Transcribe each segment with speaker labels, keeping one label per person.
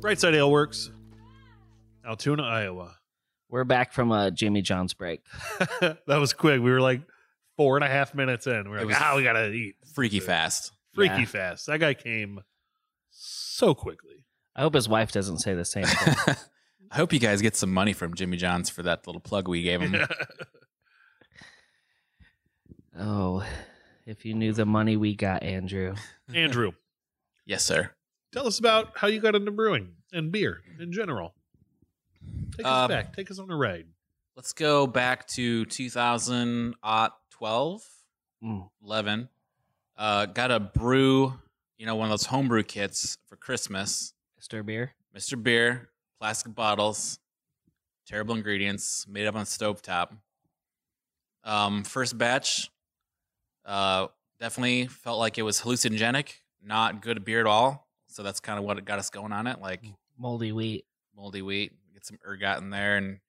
Speaker 1: Right Side Ale Works, Altoona, Iowa.
Speaker 2: We're back from a Jimmy John's break.
Speaker 1: that was quick. We were like four and a half minutes in. We
Speaker 3: It
Speaker 1: we're
Speaker 3: was-
Speaker 1: like, ah, we gotta eat.
Speaker 3: Freaky fast.
Speaker 1: Freaky
Speaker 2: Yeah.
Speaker 1: fast. That guy came so quickly.
Speaker 2: I hope his wife doesn't say the same thing.
Speaker 3: I hope you guys get some money from Jimmy John's for that little plug we gave him.
Speaker 2: oh, if you knew the money we got, Andrew.
Speaker 1: Andrew,
Speaker 3: yes, sir.
Speaker 1: tell us about how you got into brewing and beer in general. Take us
Speaker 3: Um,
Speaker 1: back. Take us on a ride.
Speaker 3: Let's go back to 2012,
Speaker 2: Mm.
Speaker 3: 11. Uh, got a brew, you know, one of those homebrew kits for Christmas.
Speaker 2: Mr. Beer?
Speaker 3: Mr. Beer, plastic bottles, terrible ingredients, made up on stovetop. Um, first batch, uh, definitely felt like it was hallucinogenic, not good beer at all. So that's kind of what got us going on it, like
Speaker 2: Moldy wheat.
Speaker 3: moldy wheat, get some ergot in there, and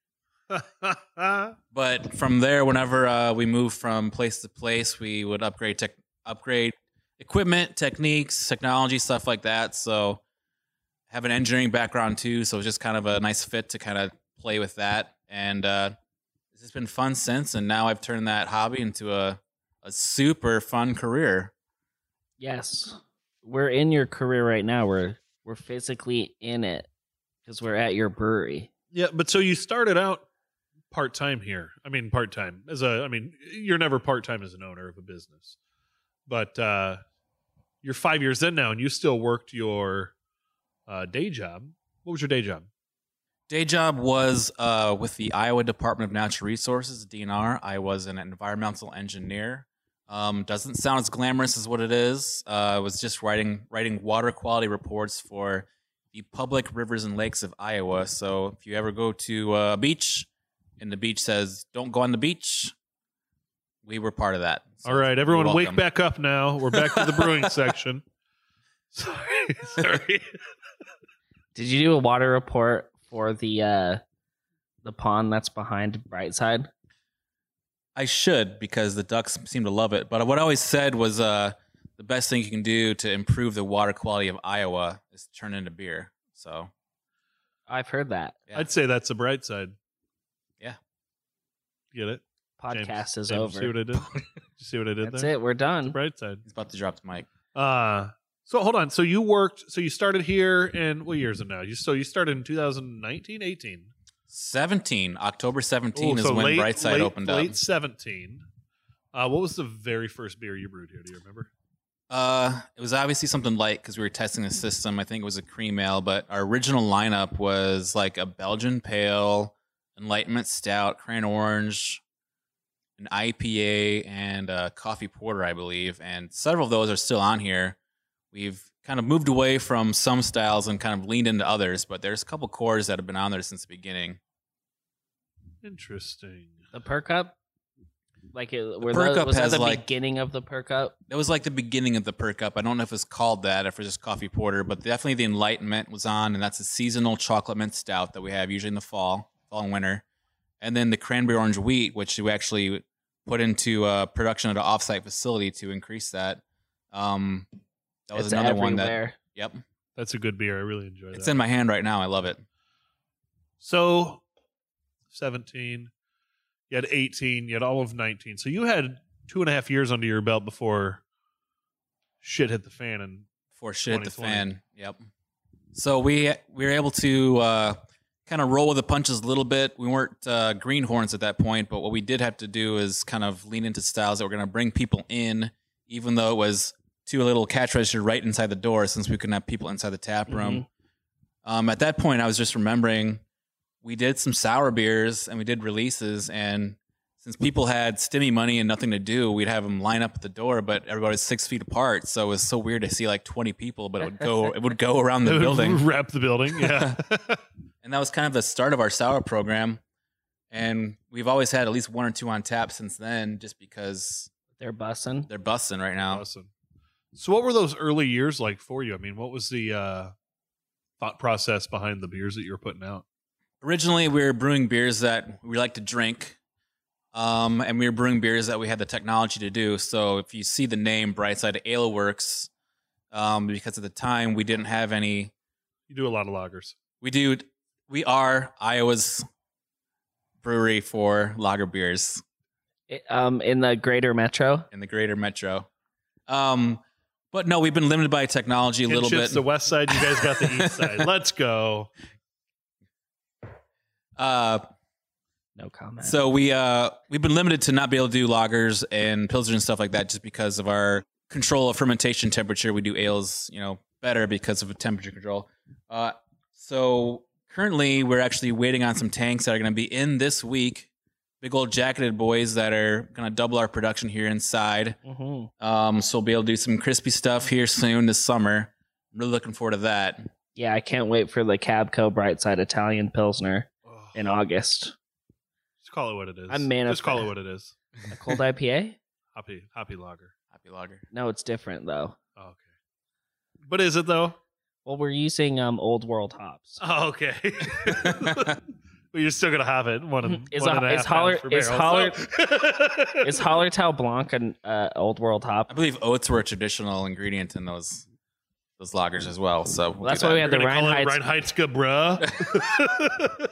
Speaker 1: That's
Speaker 3: but from there, whenever uh, we moved from place to place, we would upgrade tech, upgrade equipment, techniques, technology, stuff like that. So have an engineering background too, so it's just kind of a nice fit to kind of play with that. And uh, it's just been fun since. And now I've turned that hobby into a a super fun career.
Speaker 2: Yes. We're in your career right now. We're we're physically in it because we're at your brewery.
Speaker 1: Yeah, but so you started out part time here. I mean, part time as a. I mean, you're never part time as an owner of a business, but uh, you're five years in now, and you still worked your uh, day job. What was your day job?
Speaker 3: Day job was uh, with the Iowa Department of Natural Resources (DNR). I was an environmental engineer. Um, doesn't sound as glamorous as what it is. Uh, I was just writing writing water quality reports for the public rivers and lakes of Iowa. So if you ever go to uh, a beach and the beach says "Don't go on the beach," we were part of that. So
Speaker 1: All right, everyone,
Speaker 3: you're
Speaker 1: wake
Speaker 3: welcome.
Speaker 1: back up now. We're back to the brewing section. Sorry, sorry.
Speaker 2: Did you do a water report for the uh the pond that's behind Brightside?
Speaker 3: I should because the ducks seem to love it. But what I always said was uh, the best thing you can do to improve the water quality of Iowa is turn it into beer. So
Speaker 2: I've heard that.
Speaker 3: Yeah.
Speaker 1: I'd say that's the bright side.
Speaker 3: Yeah.
Speaker 1: get it. James-
Speaker 2: Podcast is
Speaker 1: James,
Speaker 2: over.
Speaker 1: See what I did? Did you see what I did
Speaker 2: that's
Speaker 1: there?
Speaker 2: it. We're done.
Speaker 1: Bright side.
Speaker 3: he's about to drop the mic.
Speaker 1: Uh so hold on. So you worked so you started here in what year is it now? You so you started in 2019, 18.
Speaker 3: 17, October
Speaker 1: Ooh,
Speaker 3: 17 is
Speaker 1: so
Speaker 3: when
Speaker 1: late-
Speaker 3: Brightside
Speaker 1: late-
Speaker 3: opened
Speaker 1: late
Speaker 3: up.
Speaker 1: 17. Uh what was the very first beer you brewed here? Do you remember?
Speaker 3: Uh, it was obviously something light because we were testing the system. I think it was a cream ale, but our original lineup was like a Belgian pale, Enlightenment stout, crayon orange, an IPA, and a coffee porter, I believe. And several of those are still on here. We've kind of moved away from some styles and kind of leaned into others, but there's a couple cores that have been on there since the beginning.
Speaker 1: Interesting.
Speaker 2: The perk up? Like it were
Speaker 3: perk
Speaker 2: tho-
Speaker 3: up
Speaker 2: was that
Speaker 3: has,
Speaker 2: the
Speaker 3: like-
Speaker 2: beginning of the perk up?
Speaker 3: That was like the beginning of the perk up. I don't know if it's called that, if it's just coffee porter, but definitely the Enlightenment was on, and that's a seasonal chocolate mint stout that we have usually in the fall, fall and winter. And then the cranberry orange wheat, which we actually put into uh, production at an offsite facility to increase that. Um, that was
Speaker 2: it's
Speaker 3: another
Speaker 2: everywhere.
Speaker 3: one that, yep,
Speaker 1: That's a good beer. I really enjoyed
Speaker 3: it's
Speaker 1: that.
Speaker 3: in my hand right now. I love it.
Speaker 1: so 17. You had 18. You had all of 19. So you had two and a half years under your belt before shit hit the fan and
Speaker 3: for shit at the
Speaker 1: 2020.
Speaker 3: fan. Yep. So we we were able to uh, kind of roll with the punches a little bit. We weren't uh, greenhorns at that point, but what we did have to do is kind of lean into styles that were going to bring people in, even though it was two little cash register right inside the door, since we couldn't have people inside the tap room. Um, at that point, I was just remembering we did some sour beers and we did releases, and since people had stimmy money and nothing to do, we'd have them line up at the door, but everybody's six feet apart, so it was so weird to see like twenty people, but it would go it would go around the building,
Speaker 1: Wrap the building. Yeah.
Speaker 3: and that was kind of the start of our sour program. And we've always had at least one or two on tap since then, just because
Speaker 2: They're bussing.
Speaker 3: they're busting right now.
Speaker 1: Awesome. So, what were those early years like for you? I mean, what was the uh, thought process behind the beers that you were putting out?
Speaker 3: originally we were brewing beers that we like to drink. Um, and we were brewing beers that we had the technology to do. So if you see the name Brightside Ale Works, um, because at the time we didn't have any.
Speaker 1: You do a lot of loggers.
Speaker 3: We do. We are Iowa's brewery for lager beers
Speaker 2: It- um, in the greater metro.
Speaker 3: in the greater metro. Um, but no, we've been limited by technology a
Speaker 1: Ken
Speaker 3: little
Speaker 1: shits
Speaker 3: bit.
Speaker 1: the west side. You guys got the east side. Let's go.
Speaker 3: uh,
Speaker 2: No comment.
Speaker 3: So we uh we've been limited to not be able to do lagers and pilsners and stuff like that just because of our control of fermentation temperature. We do ales, you know, better because of temperature control. Uh, so currently we're actually waiting on some tanks that are going to be in this week. Big old jacketed boys that are going to double our production here inside.
Speaker 2: Mhm.
Speaker 3: Um, so we'll be able to do some crispy stuff here soon this summer. I'm really looking forward to that.
Speaker 2: yeah, I can't wait for the Cabco Brightside Italian Pilsner
Speaker 1: Ugh.
Speaker 2: in August.
Speaker 1: Just call it what it is.
Speaker 2: I'm man
Speaker 1: Just
Speaker 2: up-
Speaker 1: call it what it is.
Speaker 2: A cold IPA?
Speaker 1: Hoppy, hoppy lager.
Speaker 3: Happy lager.
Speaker 2: No, it's different though.
Speaker 1: Oh, okay. But is it though?
Speaker 2: Well, we're using um old world hops.
Speaker 1: Oh, okay. but you're still gonna hop it. One and
Speaker 2: Mm-hmm. Is
Speaker 1: one
Speaker 2: a-
Speaker 1: and a
Speaker 2: is
Speaker 1: half
Speaker 2: holler-
Speaker 1: pounds per
Speaker 2: is
Speaker 1: barrel, so-
Speaker 2: Is Hollertau Blanc an uh, old world hop?
Speaker 3: I believe oats were a traditional ingredient in those those lagers as well. So we'll
Speaker 2: Well, that's
Speaker 3: do
Speaker 2: why
Speaker 3: that.
Speaker 2: we had the
Speaker 1: We're gonna call it
Speaker 2: Rheinheits
Speaker 1: Rheinheitska, bruh.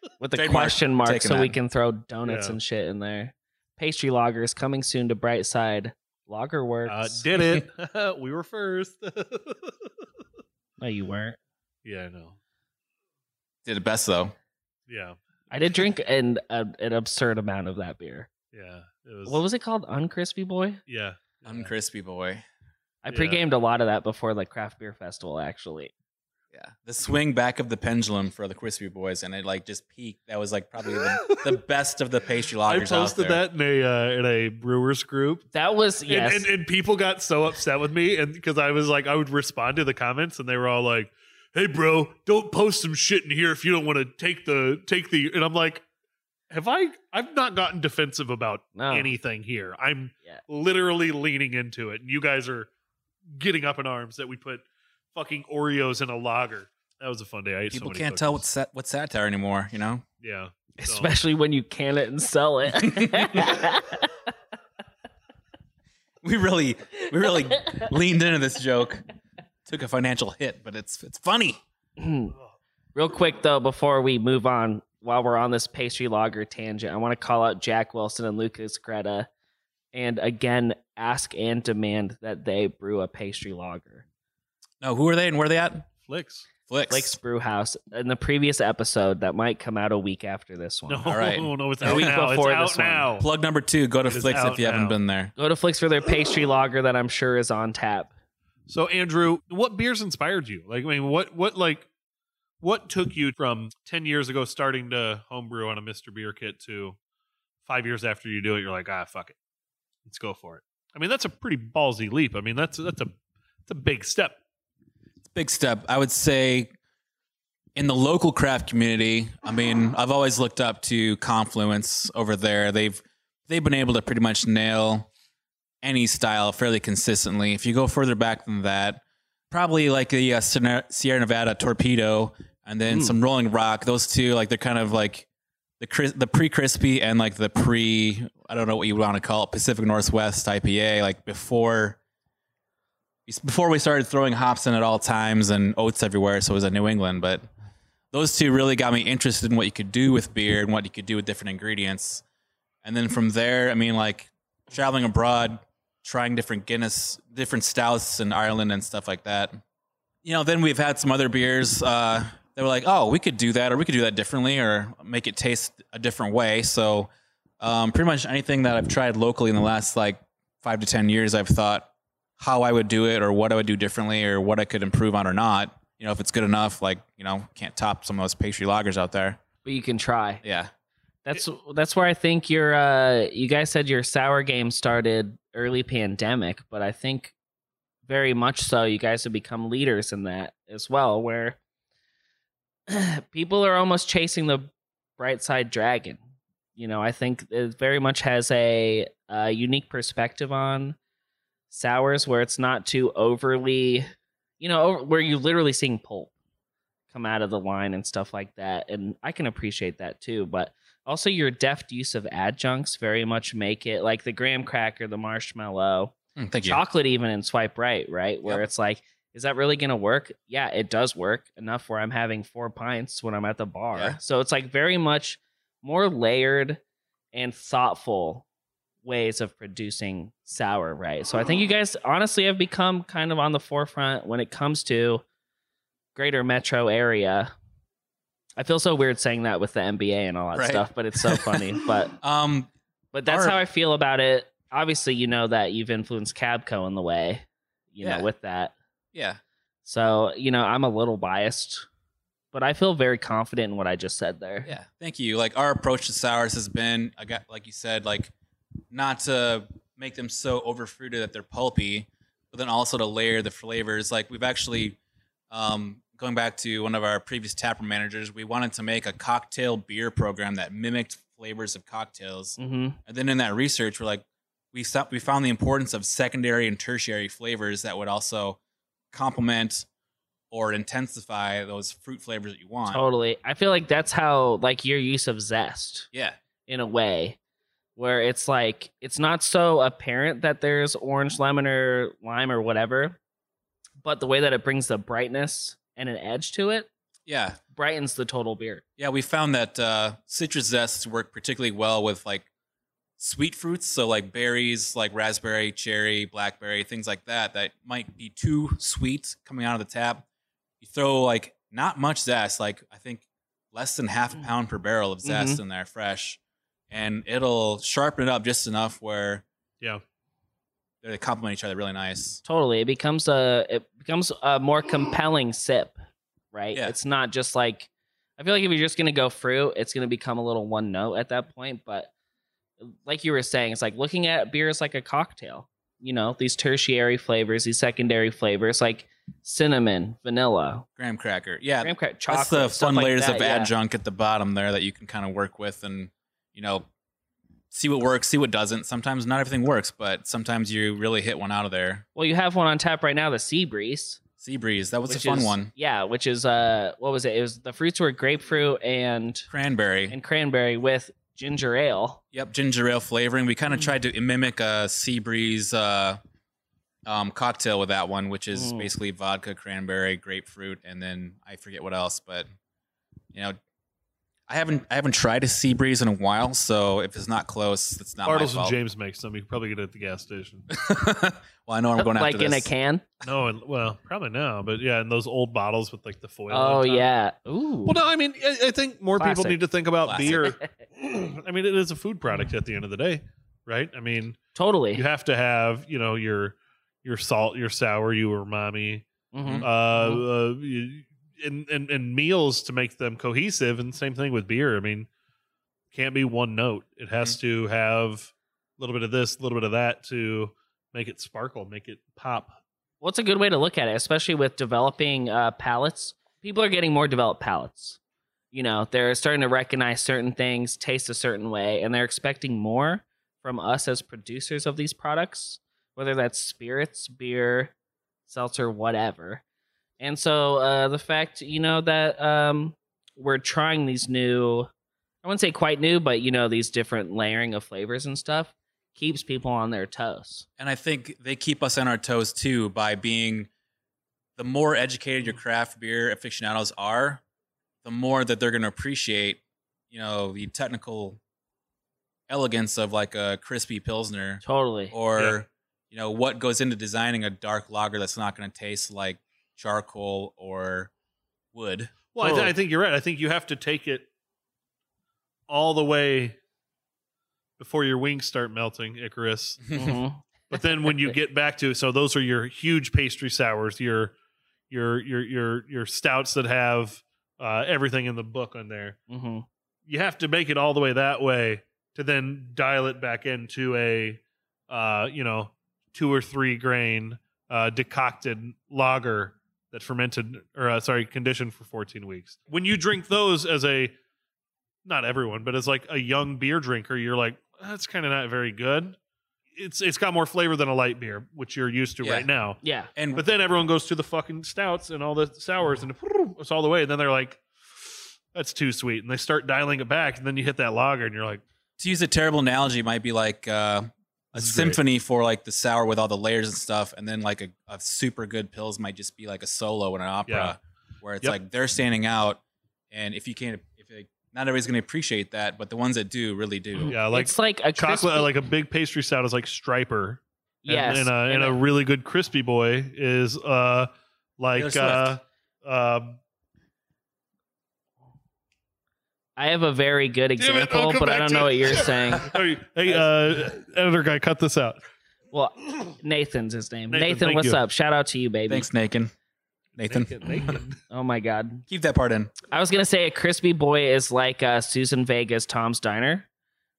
Speaker 2: with the
Speaker 3: trademark
Speaker 2: question mark
Speaker 3: taken
Speaker 2: so we
Speaker 3: that.
Speaker 2: can throw donuts
Speaker 1: Yeah.
Speaker 2: and shit in there. Pastry loggers coming soon to Brightside Lager Works.
Speaker 1: uh, did it? we were first.
Speaker 2: no, you weren't.
Speaker 1: yeah, I know.
Speaker 3: did it best though.
Speaker 1: Yeah,
Speaker 2: I did drink an uh, an absurd amount of that beer.
Speaker 1: yeah. It was.
Speaker 2: What was it called? Uncrispy Boy.
Speaker 1: Yeah.
Speaker 3: I'm crispy boy.
Speaker 2: I
Speaker 1: Yeah.
Speaker 2: pre-gamed a lot of that before the craft beer festival. Actually,
Speaker 3: Yeah, the swing back of the pendulum for the crispy boys, and it like just peaked. That was like probably the, the best of the pastry
Speaker 1: I
Speaker 3: lagers.
Speaker 1: posted
Speaker 3: out there.
Speaker 1: that in a uh, in a brewers group.
Speaker 2: that was yes.
Speaker 1: And, and, and people got so upset with me, and because I was like, I would respond to the comments, and they were all like, "Hey, bro, don't post some shit in here if you don't want to take the take the." And I'm like, "Have I? I've not gotten defensive about
Speaker 2: no,
Speaker 1: anything here. I'm
Speaker 2: Yeah.
Speaker 1: literally leaning into it, and you guys are getting up in arms that we put fucking Oreos in a lager. That was a fun day. I ate so
Speaker 3: People
Speaker 1: many
Speaker 3: can't tell
Speaker 1: cookies.
Speaker 3: what's sat- what's satire anymore. You know,
Speaker 1: yeah. so-
Speaker 2: especially when you can it and sell it.
Speaker 3: we really we really leaned into this joke. Took a financial hit, but it's it's funny.
Speaker 2: Real quick though, before we move on, while we're on this pastry lager tangent, I want to call out Jack Wilson and Lucas Greta, and again ask and demand that they brew a pastry lager.
Speaker 3: No, who are they and where are they at?
Speaker 1: Flicks.
Speaker 3: Flicks.
Speaker 2: Blake's Brew House in the previous episode that might come out a week after this one.
Speaker 1: No,
Speaker 3: All right.
Speaker 1: no, it's
Speaker 2: The
Speaker 1: out
Speaker 2: week
Speaker 1: now.
Speaker 2: before
Speaker 1: it's out
Speaker 2: this one.
Speaker 1: now.
Speaker 3: Plug number two. Go to
Speaker 1: It is
Speaker 3: Flicks if
Speaker 1: out
Speaker 3: you
Speaker 1: now.
Speaker 3: haven't been there.
Speaker 2: Go to Flicks for their pastry lager that I'm sure is on tap.
Speaker 1: So Andrew, what beers inspired you? Like, I mean, what what like what took you from ten years ago starting to homebrew on a Mister Beer kit to five years after you do it, you're like, ah, fuck it, let's go for it. I mean, that's a pretty ballsy leap. I mean, that's that's a that's a big step.
Speaker 3: big step. I would say in the local craft community, I mean, I've always looked up to Confluence over there. They've they've been able to pretty much nail any style fairly consistently. If you go further back than that, probably like the uh, Sierra Sierra Nevada Torpedo and then
Speaker 1: Hmm.
Speaker 3: some Rolling Rock. Those two, like they're kind of like the cris- the pre crispy and like the pre I don't know what you want to call it Pacific Northwest IPA. Like before before we started throwing hops in at all times and oats everywhere, so it was in New England. But those two really got me interested in what you could do with beer and what you could do with different ingredients. And then from there, I mean, like traveling abroad, trying different Guinness, different stouts in Ireland and stuff like that. You know, then we've had some other beers uh, that were like, oh, we could do that, or we could do that differently, or make it taste a different way. So, um, pretty much anything that I've tried locally in the last like five to 10 years, I've thought, how I would do it or what I would do differently or what I could improve on or not. You know, if it's good enough, like, you know, can't top some of those pastry lagers out there.
Speaker 2: But you can try.
Speaker 3: Yeah.
Speaker 2: That's that's where I think your uh you guys said your sour game started early pandemic, but I think very much so you guys have become leaders in that as well where people are almost chasing the bright side dragon. You know, I think it very much has a, uh unique perspective on sours where it's not too overly, you know, over, where you're literally seeing pulp come out of the line and stuff like that. And I can appreciate that too, but Also, your deft use of adjuncts very much make it like the graham cracker, the marshmallow,
Speaker 3: Mm, thank you.
Speaker 2: chocolate, even in swipe right, right? Where
Speaker 3: Yep.
Speaker 2: it's like, is that really going to work? Yeah, it does work enough where I'm having four pints when I'm at the bar.
Speaker 3: Yeah.
Speaker 2: So it's like very much more layered and thoughtful ways of producing sour, right? So I think you
Speaker 3: Ah.
Speaker 2: guys honestly have become kind of on the forefront when it comes to greater metro area. I feel so weird saying that with the MBA and all that
Speaker 3: Right.
Speaker 2: stuff, but it's so funny. but
Speaker 3: Um,
Speaker 2: but that's
Speaker 3: Our-
Speaker 2: how I feel about it. Obviously, you know that you've influenced Cabco in the way, you
Speaker 3: Yeah.
Speaker 2: know, with that.
Speaker 3: yeah.
Speaker 2: So, you know, I'm a little biased, but I feel very confident in what I just said there.
Speaker 3: Yeah, thank you. Like our approach to sours has been, I got like you said, like not to make them so overfruited that they're pulpy, but then also to layer the flavors. Like we've actually, um, going back to one of our previous tapper managers, we wanted to make a cocktail beer program that mimicked flavors of cocktails.
Speaker 2: hmm
Speaker 3: And then in that research, we're like, we stopped, we found the importance of secondary and tertiary flavors that would also complement or intensify those fruit flavors that you want.
Speaker 2: Totally. I feel like that's how, like, your use of zest
Speaker 3: Yeah.
Speaker 2: in a way where it's like it's not so apparent that there's orange lemon or lime or whatever but the way that it brings the brightness and an edge to it
Speaker 3: Yeah.
Speaker 2: brightens the total beer
Speaker 3: Yeah, we found that uh, citrus zests work particularly well with like sweet fruits, so like berries, like raspberry, cherry, blackberry, things like that. That might be too sweet coming out of the tap. You throw like not much zest, like I think less than half a pound per barrel of zest in there, fresh, and it'll sharpen it up just enough where
Speaker 1: Yeah.
Speaker 3: they complement each other really nice.
Speaker 2: totally it becomes a it becomes a more compelling sip right
Speaker 3: Yeah.
Speaker 2: it's not just like i feel like if you're just gonna go fruit it's gonna become a little one note at that point but like you were saying it's like looking at beer is like a cocktail you know these tertiary flavors these secondary flavors like cinnamon vanilla
Speaker 3: Graham cracker, yeah,
Speaker 2: graham cracker
Speaker 3: That's
Speaker 2: chocolate
Speaker 3: the
Speaker 2: stuff
Speaker 3: fun
Speaker 2: like
Speaker 3: layers
Speaker 2: that,
Speaker 3: of
Speaker 2: yeah.
Speaker 3: adjunct at the bottom there that you can kind of work with and you know see what works, see what doesn't. Sometimes not everything works, but sometimes you really hit one out of there.
Speaker 2: well you have one on tap right now the sea breeze
Speaker 3: Sea breeze, that was
Speaker 2: which
Speaker 3: a fun
Speaker 2: is-
Speaker 3: one.
Speaker 2: yeah which is uh what was it it was the fruits were grapefruit and
Speaker 3: Cranberry.
Speaker 2: and cranberry with ginger ale
Speaker 3: yep, ginger ale flavoring. We kind of
Speaker 2: Mm.
Speaker 3: tried to mimic a sea breeze uh, um, cocktail with that one, which is
Speaker 2: Mm.
Speaker 3: basically vodka, cranberry, grapefruit, and then I forget what else, but you know. I haven't I haven't tried a sea breeze in a while, so if it's not close, it's not
Speaker 1: Bartles
Speaker 3: my
Speaker 1: and
Speaker 3: fault.
Speaker 1: James make some. You can probably get it at the gas station.
Speaker 3: well, I know where I'm going
Speaker 2: like
Speaker 3: after
Speaker 2: in
Speaker 3: this.
Speaker 2: a can.
Speaker 1: no, and well, probably now, but yeah, and those old bottles with like the foil.
Speaker 2: Oh
Speaker 1: on top.
Speaker 2: yeah. Ooh.
Speaker 1: Well, no, I mean, I, I think more
Speaker 2: Classic.
Speaker 1: people need to think about
Speaker 3: Classic.
Speaker 1: beer. I mean, it is a food product at the end of the day, right? I mean,
Speaker 2: totally.
Speaker 1: you have to have, you know, your your salt, your sour, your umami,
Speaker 2: Mhm.
Speaker 1: uh, uh, you- and, and and meals to make them cohesive. And same thing with beer. I mean, can't be one note. It has to have a little bit of this, a little bit of that to make it sparkle, make it pop.
Speaker 2: Well, it's a good way to look at it, especially with developing uh, palates. People are getting more developed palates. You know, they're starting to recognize certain things, taste a certain way, and they're expecting more from us as producers of these products, whether that's spirits, beer, seltzer, whatever. And so uh, the fact, you know, that um, we're trying these new, I wouldn't say quite new, but, you know, these different layering of flavors and stuff keeps people on their toes.
Speaker 3: And I think they keep us on our toes too by being the more educated your craft beer aficionados are, the more that they're going to appreciate, you know, the technical elegance of like a crispy pilsner
Speaker 2: Totally.
Speaker 3: or
Speaker 1: Yeah.
Speaker 3: you know what goes into designing a dark lager that's not going to taste like charcoal or wood.
Speaker 1: Well, I, th-
Speaker 2: Totally.
Speaker 1: I think you're right. I think you have to take it all the way before your wings start melting, Icarus.
Speaker 2: Mhm.
Speaker 1: But then when you get back to so those are your huge pastry sours, your your your your your stouts that have uh, everything in the book on there.
Speaker 2: hmm
Speaker 1: You have to make it all the way that way to then dial it back into a uh, you know two or three grain uh, decocted lager that fermented or uh, sorry conditioned for 14 weeks. When you drink those as a not everyone, but as like a young beer drinker, you're like that's kind of not very good. It's it's got more flavor than a light beer, which you're used to
Speaker 3: Yeah.
Speaker 1: right now.
Speaker 2: Yeah.
Speaker 3: and
Speaker 1: But then everyone goes to the fucking stouts and all the sours and it's all the way. And then they're like, that's too sweet. And they start dialing it back, and then you hit that lager, and you're like,
Speaker 3: To use a terrible analogy, it might be like uh, a
Speaker 1: This is
Speaker 3: symphony for like the sour with all the layers and stuff, and then like a, a super good pills might just be like a solo in an opera where it's
Speaker 1: Yep.
Speaker 3: like they're standing out, and if you can't, if they, not everybody's going to appreciate that, but the ones that do really do.
Speaker 1: yeah, like
Speaker 2: it's like a
Speaker 1: chocolate,
Speaker 2: crispy-
Speaker 1: like a big pastry stout is like striper. And-
Speaker 2: yes,
Speaker 1: and, a, and, a, really good crispy boy is uh
Speaker 3: Taylor
Speaker 1: like uh
Speaker 3: Swift.
Speaker 1: um
Speaker 2: I have a very good
Speaker 1: Damn it, I'll
Speaker 2: example,
Speaker 1: come
Speaker 2: but I
Speaker 1: back
Speaker 2: don't
Speaker 1: to
Speaker 2: know
Speaker 1: it.
Speaker 2: what you're saying.
Speaker 1: hey, hey, uh editor guy cut this out
Speaker 2: Well, Nathan's his name.
Speaker 1: Nathan,
Speaker 2: Nathan,
Speaker 1: thank
Speaker 2: what's
Speaker 1: you.
Speaker 2: up? Shout out to you, baby.
Speaker 3: Thanks, Nathan. Nathan,
Speaker 1: Naked, naked.
Speaker 2: Oh my god.
Speaker 3: keep that part in.
Speaker 2: I was gonna say a crispy boy is like uh, Susan Vega's Tom's Diner,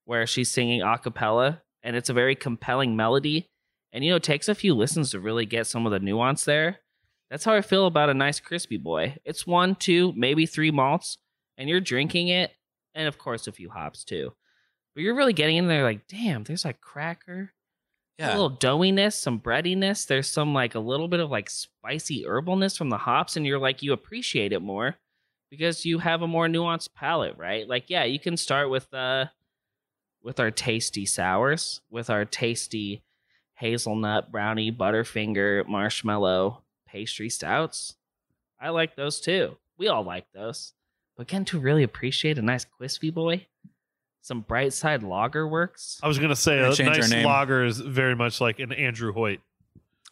Speaker 2: where she's singing a cappella, and it's a very compelling melody. And you know, it takes a few listens to really get some of the nuance there. That's how I feel about a nice crispy boy. It's one, two, maybe three malts, and you're drinking it, and of course a few hops too. But you're really getting in there, like, damn, there's like cracker, a
Speaker 3: Yeah,
Speaker 2: little doughiness, some breadiness. There's some like a little bit of like spicy herbalness from the hops, and you're like you appreciate it more because you have a more nuanced palate, right? Like, yeah, you can start with uh with our tasty sours, with our tasty hazelnut brownie, butterfinger, marshmallow pastry stouts. I like those too. We all like those. But can to really appreciate a nice crispy boy, some bright side lager works.
Speaker 3: Oh.
Speaker 1: i was gonna say
Speaker 3: We're gonna
Speaker 1: a
Speaker 3: change our
Speaker 1: nice
Speaker 3: name.
Speaker 1: lager is very much like an andrew hoyt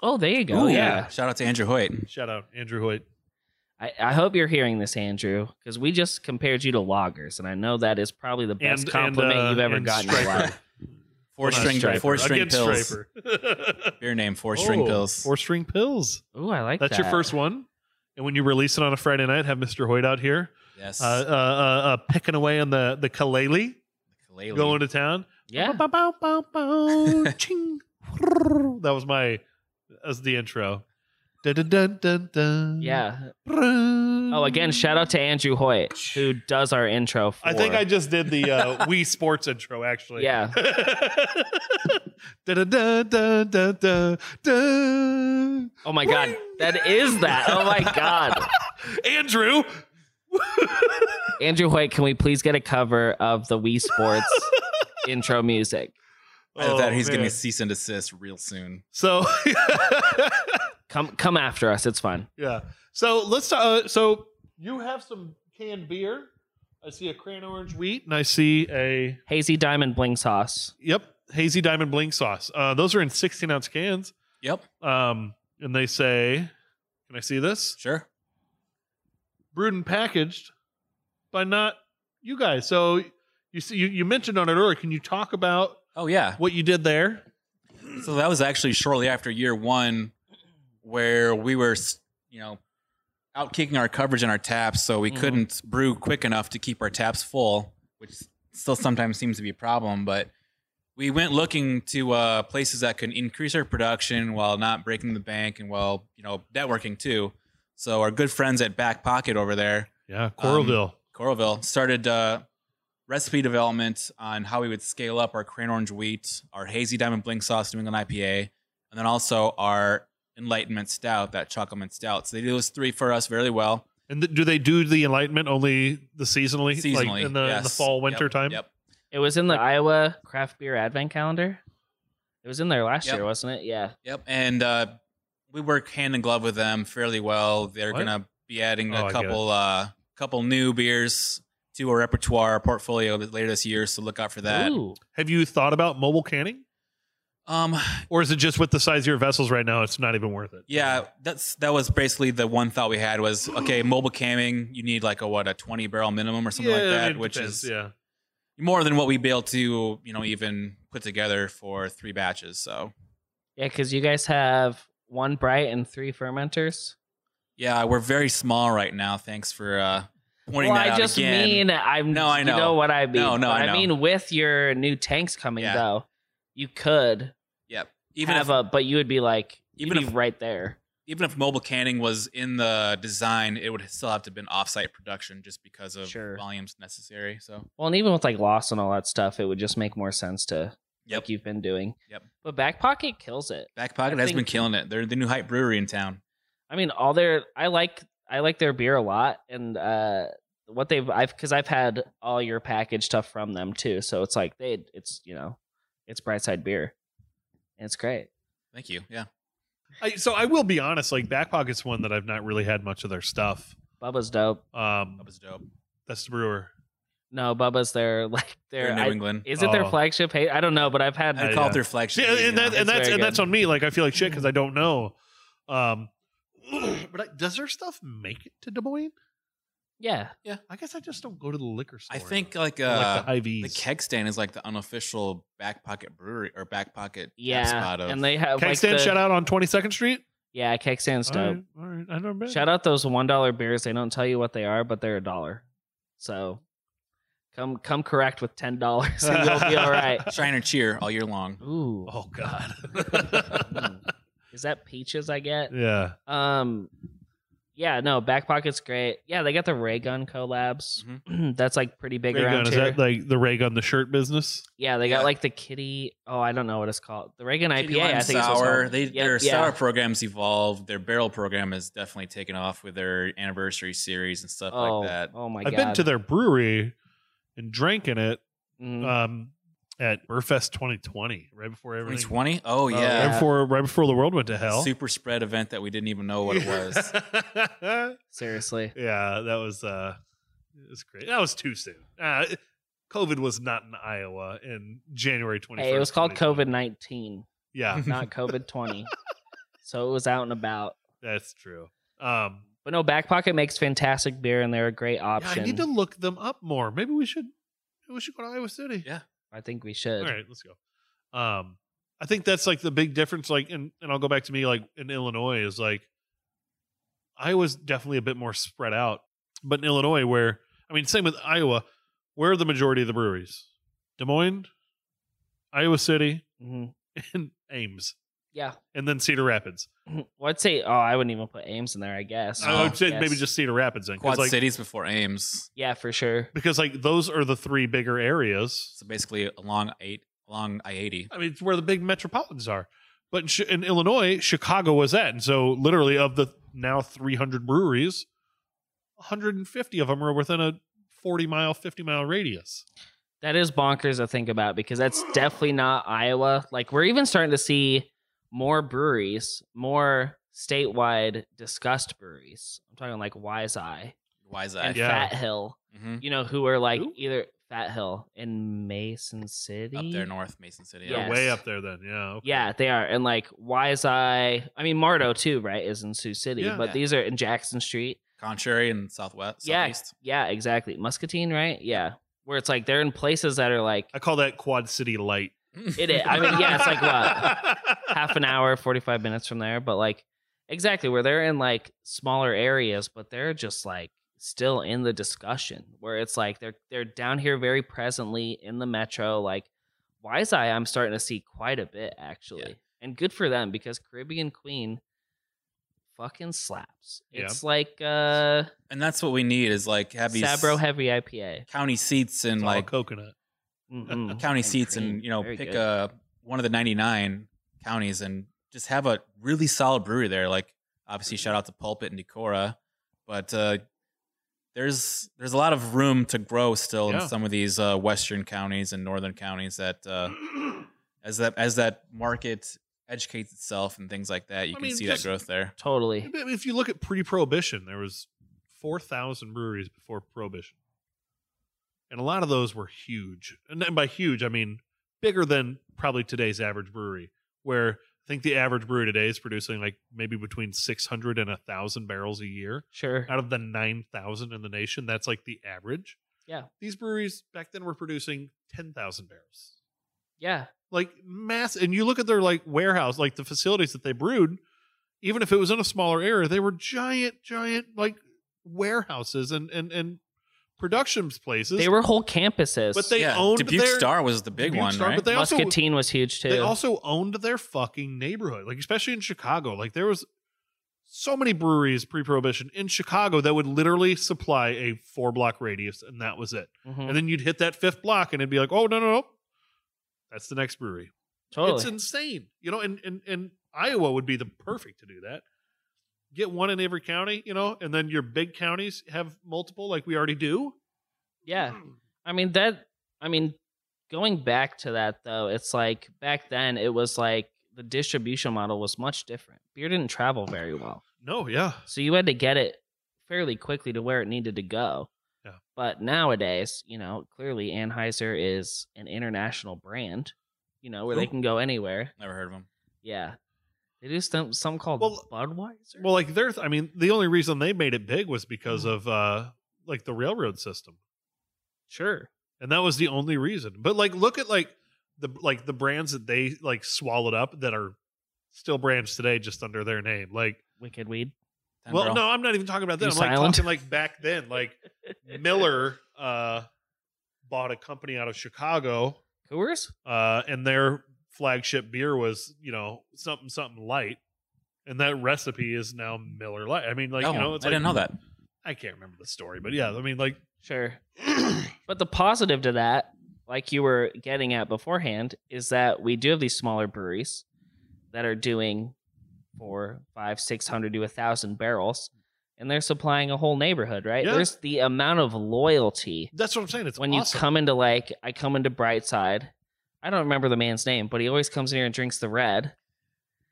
Speaker 2: Oh, there you go.
Speaker 3: Ooh,
Speaker 2: yeah.
Speaker 3: Shout out to Andrew Hoyt.
Speaker 1: shout out andrew hoyt
Speaker 2: I, I hope you're hearing this, Andrew, because we just compared you to loggers, and I know that is probably the best
Speaker 1: and
Speaker 2: compliment
Speaker 1: and, uh,
Speaker 2: you've ever
Speaker 1: and
Speaker 2: gotten in your
Speaker 1: Striper.
Speaker 2: life.
Speaker 3: Four
Speaker 1: Not
Speaker 3: string,
Speaker 1: Striper,
Speaker 3: four string
Speaker 1: against
Speaker 3: pills.
Speaker 1: Striper.
Speaker 3: Beer name, four string
Speaker 1: Oh,
Speaker 3: pills.
Speaker 1: four string pills
Speaker 2: Ooh, I like
Speaker 1: that's
Speaker 2: that.
Speaker 1: your first one and when you release it on a friday night have mr hoyt out here
Speaker 3: yes.
Speaker 1: uh uh uh, uh picking away on the the kalele
Speaker 3: Kalele.
Speaker 1: going to town
Speaker 2: Yeah.
Speaker 1: Bow, bow, bow, bow, bow, ching. That was my as the intro. Dun, dun, dun, dun, dun.
Speaker 2: Yeah.
Speaker 1: Oh,
Speaker 2: Oh, again, shout out to Andrew Hoyt, who does our intro for.
Speaker 1: I think I just did the uh, Wii Sports intro, actually.
Speaker 2: Yeah.
Speaker 1: Dun, dun, dun, dun, dun, dun, dun.
Speaker 2: Oh my God. That is that. Oh my God.
Speaker 1: Andrew,
Speaker 2: Andrew Hoyt, can we please get a cover of the Wii Sports intro music?
Speaker 3: Either that, or he's going
Speaker 1: Oh, man.
Speaker 3: to cease and desist real soon.
Speaker 1: so.
Speaker 2: Come come after us. It's fun.
Speaker 1: Yeah. So let's. Uh, so you have some canned beer. I see a crayon orange wheat, and I see a
Speaker 2: Hazy Diamond Bling Sauce.
Speaker 1: yep hazy diamond bling sauce. Uh, those are in sixteen ounce cans.
Speaker 3: Yep.
Speaker 1: Um, and they say, "Can I see this?"
Speaker 3: Sure.
Speaker 1: Brewed and packaged by not you guys. So you see, you, you mentioned on it earlier. Can you talk about
Speaker 3: Oh yeah.
Speaker 1: what you did there?
Speaker 3: So that was actually shortly after year one, where we were, s- you know, out kicking our coverage in our taps, so we
Speaker 2: Mhm.
Speaker 3: couldn't brew quick enough to keep our taps full, which still sometimes seems to be a problem. But we went looking to uh, places that could increase our production while not breaking the bank and while you know networking too. So our good friends at Back Pocket over there
Speaker 1: Yeah, Coralville.
Speaker 3: Coralville started uh, recipe development on how we would scale up our Crane Orange Wheat, our Hazy Diamond Blink Sauce New England IPA, and then also our Enlightenment Stout, that Chocolate Mint Stout. So they did those three for us very well.
Speaker 1: and th- do they do the enlightenment only the seasonally,
Speaker 3: Seasonally.
Speaker 1: like in the, in the
Speaker 3: yes.
Speaker 1: fall
Speaker 3: Yep,
Speaker 1: winter time?
Speaker 3: Yep.
Speaker 2: It was in the Iowa Craft Beer Advent Calendar. It was in there last
Speaker 3: Yep.
Speaker 2: year, wasn't it? Yeah.
Speaker 3: Yep. And uh, we work hand in glove with them fairly well. They're
Speaker 1: What?
Speaker 3: going to be
Speaker 1: Oh,
Speaker 3: adding
Speaker 1: I
Speaker 3: a
Speaker 1: get it.
Speaker 3: couple uh, couple new beers to our repertoire, our portfolio later this year. So look out for that.
Speaker 2: Ooh.
Speaker 1: Have you thought about mobile canning?
Speaker 3: Um,
Speaker 1: Or is it just with the size of your vessels right now, it's not even worth it?
Speaker 3: Yeah, that's that was basically the one thought we had was okay, mobile camming, you need like a what a twenty barrel minimum or something
Speaker 1: Yeah,
Speaker 3: like
Speaker 1: I
Speaker 3: that,
Speaker 1: mean, it
Speaker 3: which
Speaker 1: depends,
Speaker 3: is
Speaker 1: yeah.
Speaker 3: more than what we be able to you know even put together for three batches. So
Speaker 2: Yeah, because you guys have one bright and three fermenters.
Speaker 3: yeah, we're very small right now. Thanks for uh, pointing
Speaker 2: well,
Speaker 3: that
Speaker 2: I
Speaker 3: out
Speaker 2: just
Speaker 3: again.
Speaker 2: mean I'm.
Speaker 3: No, I
Speaker 2: you
Speaker 3: know.
Speaker 2: what I mean.
Speaker 3: No, no,
Speaker 2: But
Speaker 3: I
Speaker 2: I,
Speaker 3: know.
Speaker 2: mean with your new tanks coming
Speaker 3: Yeah.
Speaker 2: though, you could
Speaker 3: yep. Even
Speaker 2: have
Speaker 3: if
Speaker 2: a, but you would be like, even
Speaker 3: even
Speaker 2: be
Speaker 3: if-
Speaker 2: right there.
Speaker 3: even if mobile canning was in the design, it would still have to been offsite production just because of
Speaker 2: Sure.
Speaker 3: volumes necessary. So
Speaker 2: Well, and even with like loss and all that stuff, it would just make more sense to
Speaker 3: Yep.
Speaker 2: like you've been doing.
Speaker 3: Yep.
Speaker 2: But back pocket kills it.
Speaker 3: back pocket
Speaker 2: I
Speaker 3: has
Speaker 2: think-
Speaker 3: been killing it. They're the new hype brewery in town.
Speaker 2: I mean, all their I like I like their beer a lot, and uh what they've I've because I've had all your package stuff from them too. So it's like they it's you know it's Brightside beer, and it's great.
Speaker 3: Thank you. Yeah.
Speaker 1: I, so I will be honest. Like Back Pocket's one that I've not really had much of their stuff.
Speaker 2: Bubba's dope.
Speaker 1: Um,
Speaker 3: That was dope.
Speaker 1: that's the brewer.
Speaker 2: No, Bubba's their like
Speaker 3: They're
Speaker 2: their
Speaker 3: in New
Speaker 2: I-
Speaker 3: England.
Speaker 2: is it their
Speaker 1: Oh.
Speaker 2: flagship? Hey, I don't know, but I've had
Speaker 3: I
Speaker 1: Uh,
Speaker 3: call
Speaker 1: yeah.
Speaker 3: it their flagship.
Speaker 1: Yeah, and,
Speaker 3: you know.
Speaker 1: that, and
Speaker 2: It's
Speaker 1: that's
Speaker 2: very
Speaker 1: and that's
Speaker 2: good.
Speaker 1: on me. Like I feel like shit because I don't know. Um, but I, does their stuff make it to Des Moines?
Speaker 2: yeah.
Speaker 1: I guess I just don't go to the liquor store.
Speaker 3: I think
Speaker 1: enough.
Speaker 3: like
Speaker 1: I
Speaker 3: uh,
Speaker 1: like the Hy-Vees.
Speaker 3: the keg stand is like the unofficial back pocket brewery or back pocket tap
Speaker 2: Yeah,
Speaker 3: spot of
Speaker 2: and they have
Speaker 1: Keg
Speaker 2: like
Speaker 1: stand
Speaker 2: the,
Speaker 1: shout out on Twenty Second Street.
Speaker 2: Yeah, keg stands
Speaker 1: All
Speaker 2: dope.
Speaker 1: right, all right. I never been.
Speaker 2: Shout out those one dollar beers. They don't tell you what they are, but they're a dollar. So come come correct with ten dollars, and you'll be all right.
Speaker 3: Shiner Cheer all year long.
Speaker 2: Ooh,
Speaker 1: Oh God.
Speaker 2: Mm. is that peaches I get?
Speaker 1: Hmm. yeah.
Speaker 2: Um, yeah, no, back pocket's great. Yeah, they got the Ray Gun collabs. That's like pretty big
Speaker 1: Mm-hmm. Ray
Speaker 2: around
Speaker 1: gun, is
Speaker 2: here.
Speaker 1: that like the Ray gun the shirt business?
Speaker 2: yeah, they got
Speaker 3: Yeah.
Speaker 2: like the kitty. Oh, I don't know what it's called. The Ray Gun IPA.
Speaker 3: Kitty Lime
Speaker 2: I think it's
Speaker 3: sour. They, their
Speaker 2: yeah.
Speaker 3: sour programs evolved. Their barrel program has definitely taken off with their anniversary series and stuff
Speaker 2: Oh,
Speaker 3: like that.
Speaker 2: oh my
Speaker 1: I've
Speaker 2: god!
Speaker 1: been to their brewery and drank in it
Speaker 2: Mhm.
Speaker 1: um, at Burfest 2020, right before everything.
Speaker 3: 2020. Oh
Speaker 1: Uh,
Speaker 3: yeah,
Speaker 1: Right before right before the world went to hell.
Speaker 3: super spread event that we didn't even know what it was.
Speaker 2: Seriously,
Speaker 1: yeah, that was uh, it was great. That was too soon. Uh, COVID was not in Iowa in January 21st.
Speaker 2: hey, it was called
Speaker 1: 2020.
Speaker 2: COVID nineteen.
Speaker 1: Yeah,
Speaker 2: not COVID 20. so it was out and about.
Speaker 1: that's true. Um,
Speaker 2: But no, Back Pocket makes fantastic beer and they're a great
Speaker 1: yeah,
Speaker 2: option.
Speaker 1: I need to look them up more. Maybe we should maybe we should go to Iowa City.
Speaker 3: Yeah.
Speaker 2: I think we should.
Speaker 1: All right, let's go. Um, I think that's like the big difference. Like, and and I'll go back to me like in Illinois is like Iowa's definitely a bit more spread out, but in Illinois, where I mean, same with Iowa, where are the majority of the breweries? Des Moines, Iowa City,
Speaker 2: Mhm.
Speaker 1: and Ames,
Speaker 2: Yeah.
Speaker 1: and then Cedar Rapids.
Speaker 2: Well, I'd say, oh, I wouldn't even put Ames in there, I guess.
Speaker 1: I would say
Speaker 2: Oh, Yes.
Speaker 1: maybe just Cedar Rapids then, 'cause,
Speaker 3: Quad
Speaker 1: like
Speaker 3: cities before Ames.
Speaker 2: Yeah, for sure.
Speaker 1: because like those are the three bigger areas.
Speaker 3: So basically along eight along I eighty.
Speaker 1: I mean, it's where the big metropolitans are. But in, Chi- in Illinois, Chicago was that. And so, literally, of the now 300 breweries, 150 of them are within a 40 mile, 50 mile radius.
Speaker 2: That is bonkers to think about because that's definitely not Iowa. Like, we're even starting to see more breweries, more statewide discussed breweries. I'm talking like Wise Eye
Speaker 3: Why is that?
Speaker 2: and
Speaker 1: Uh, Yeah. Mm-hmm.
Speaker 2: Fat Hill,
Speaker 3: hmm
Speaker 2: you know, who are like
Speaker 1: Who?
Speaker 2: either Fat Hill in Mason City.
Speaker 3: Up there north, Mason City.
Speaker 1: They're
Speaker 2: Yes.
Speaker 1: way up there, then. Yeah. okay.
Speaker 2: Yeah, they are. And like Wise Eye, I mean Mardo too, right? Is in Sioux City,
Speaker 1: Yeah.
Speaker 2: but
Speaker 3: Yeah.
Speaker 2: these are in Jackson Street.
Speaker 3: Contrary and southwest,
Speaker 2: Yeah.
Speaker 3: southeast.
Speaker 2: Yeah, exactly. Muscatine, right? Yeah. Where it's like they're in places that are like
Speaker 1: I call that Quad City Light.
Speaker 2: it is. I mean, yeah, it's like what half
Speaker 1: what?
Speaker 2: an hour, forty five minutes from there, but like exactly where they're in like smaller areas, but they're just like still in the discussion where it's like they're they're down here very presently in the metro. Like Wise Eye, I'm starting to see quite a bit actually, and good for them because Caribbean Queen fucking slaps.
Speaker 1: Yeah.
Speaker 2: It's like uh
Speaker 3: and that's what we need is like have these
Speaker 2: Sabro Heavy IPA.
Speaker 3: county seats and
Speaker 1: like
Speaker 3: like
Speaker 1: coconut.
Speaker 2: Mhm.
Speaker 3: county seats
Speaker 2: cream.
Speaker 3: and you know
Speaker 2: Very
Speaker 3: pick
Speaker 2: good.
Speaker 3: a one of the 99 counties and just have a really solid brewery there like obviously shout out to pulpit and decora but uh there's there's a lot of room to grow still
Speaker 1: Yeah.
Speaker 3: in some of these uh western counties and northern counties that uh as that as that market educates itself and things like that you
Speaker 1: I
Speaker 3: can
Speaker 1: mean,
Speaker 3: see
Speaker 1: just-
Speaker 3: that growth there
Speaker 2: totally.
Speaker 1: If you look at pre Prohibition, there was 4,000 breweries before Prohibition. And a lot of those were huge. And then by huge, I mean bigger than probably today's average brewery, where I think the average brewery today is producing like maybe between 600 and 1,000 barrels a year.
Speaker 2: Sure.
Speaker 1: Out of the 9,000 in the nation, that's like the average.
Speaker 2: Yeah.
Speaker 1: These breweries back then were producing 10,000 barrels
Speaker 2: Yeah.
Speaker 1: like mass and you look at their like warehouse like the facilities that they brewed even if it was in a smaller area they were giant giant like warehouses and and and productions places
Speaker 2: They were whole campuses.
Speaker 1: But they owned
Speaker 3: Dubuque
Speaker 1: their-
Speaker 3: Star was the big
Speaker 1: Dubuque
Speaker 3: one,
Speaker 1: Star,
Speaker 3: right?
Speaker 1: but they also
Speaker 2: Muscatine was huge too.
Speaker 1: they also owned their fucking neighborhood like especially in chicago like there was so many breweries pre-prohibition in chicago that would literally supply a four block radius and that was it
Speaker 2: Mhm.
Speaker 1: and then you'd hit that fifth block and it'd be like oh no no no that's the next brewery
Speaker 2: totally.
Speaker 1: It's insane. You know, and, and, and Iowa would be the perfect to do that. get one in every county, you know, and then your big counties have multiple like we already do. Hmm.
Speaker 2: Yeah. I mean that I mean going back to that though, it's like back then it was like the distribution model was much different. Beer didn't travel very well.
Speaker 1: No, yeah.
Speaker 2: So you had to get it fairly quickly to where it needed to go.
Speaker 1: Yeah.
Speaker 2: But nowadays, you know, clearly Anheuser is an international brand, you know, where they
Speaker 1: Ooh.
Speaker 2: can go anywhere.
Speaker 3: Never heard of them.
Speaker 2: Yeah. They do some some called
Speaker 1: Well-
Speaker 2: Budweiser.
Speaker 1: Well, like there's I mean, the only reason they made it big was because of
Speaker 2: Mm-hmm.
Speaker 1: uh like the railroad system.
Speaker 2: sure.
Speaker 1: and that was the only reason but like look at like the like the brands that they like swallowed up that are still brands today just under their name like
Speaker 2: Wicked weed.
Speaker 3: Ten
Speaker 1: well
Speaker 3: Barrel.
Speaker 1: no i'm not even talking about that i'm
Speaker 2: You
Speaker 1: like
Speaker 2: silent?
Speaker 1: talking like back then like miller uh bought a company out of chicago
Speaker 2: Coors?
Speaker 1: uh and their flagship beer was you know something something light and that recipe is now miller light i mean like
Speaker 3: Oh,
Speaker 1: you know it's
Speaker 3: I
Speaker 1: like,
Speaker 3: didn't know that.
Speaker 1: i can't remember the story but yeah i mean like
Speaker 2: Sure. but the positive to that, like you were getting at beforehand, is that we do have these smaller breweries that are doing four, five, six hundred to a thousand barrels, and they're supplying a whole neighborhood, right?
Speaker 1: Yeah.
Speaker 2: There's the amount of loyalty
Speaker 1: that's what i'm saying it's
Speaker 2: when you
Speaker 1: awesome.
Speaker 2: come into like I come into Brightside. I don't remember the man's name, but he always comes in here and drinks the red.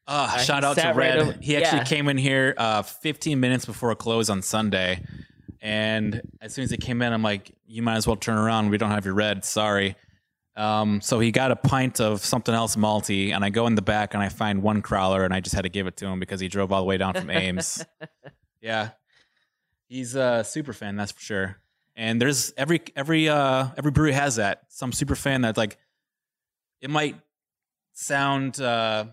Speaker 3: Uh,
Speaker 2: Uh,
Speaker 3: shout
Speaker 2: he
Speaker 3: out to
Speaker 2: sat right
Speaker 3: Red.
Speaker 2: over-
Speaker 3: he actually
Speaker 2: yeah.
Speaker 3: came in here uh, 15 minutes before close on Sunday. And as soon as he came in, I'm like, you might as well turn around. We don't have your red. Sorry. Um, so he got a pint of something else malty. And I go in the back and I find one crowler and I just had to give it to him because he drove all the way down from Ames. yeah. He's a super fan, that's for sure. And there's every every uh every brewery has that. Some super fan that like it might sound uh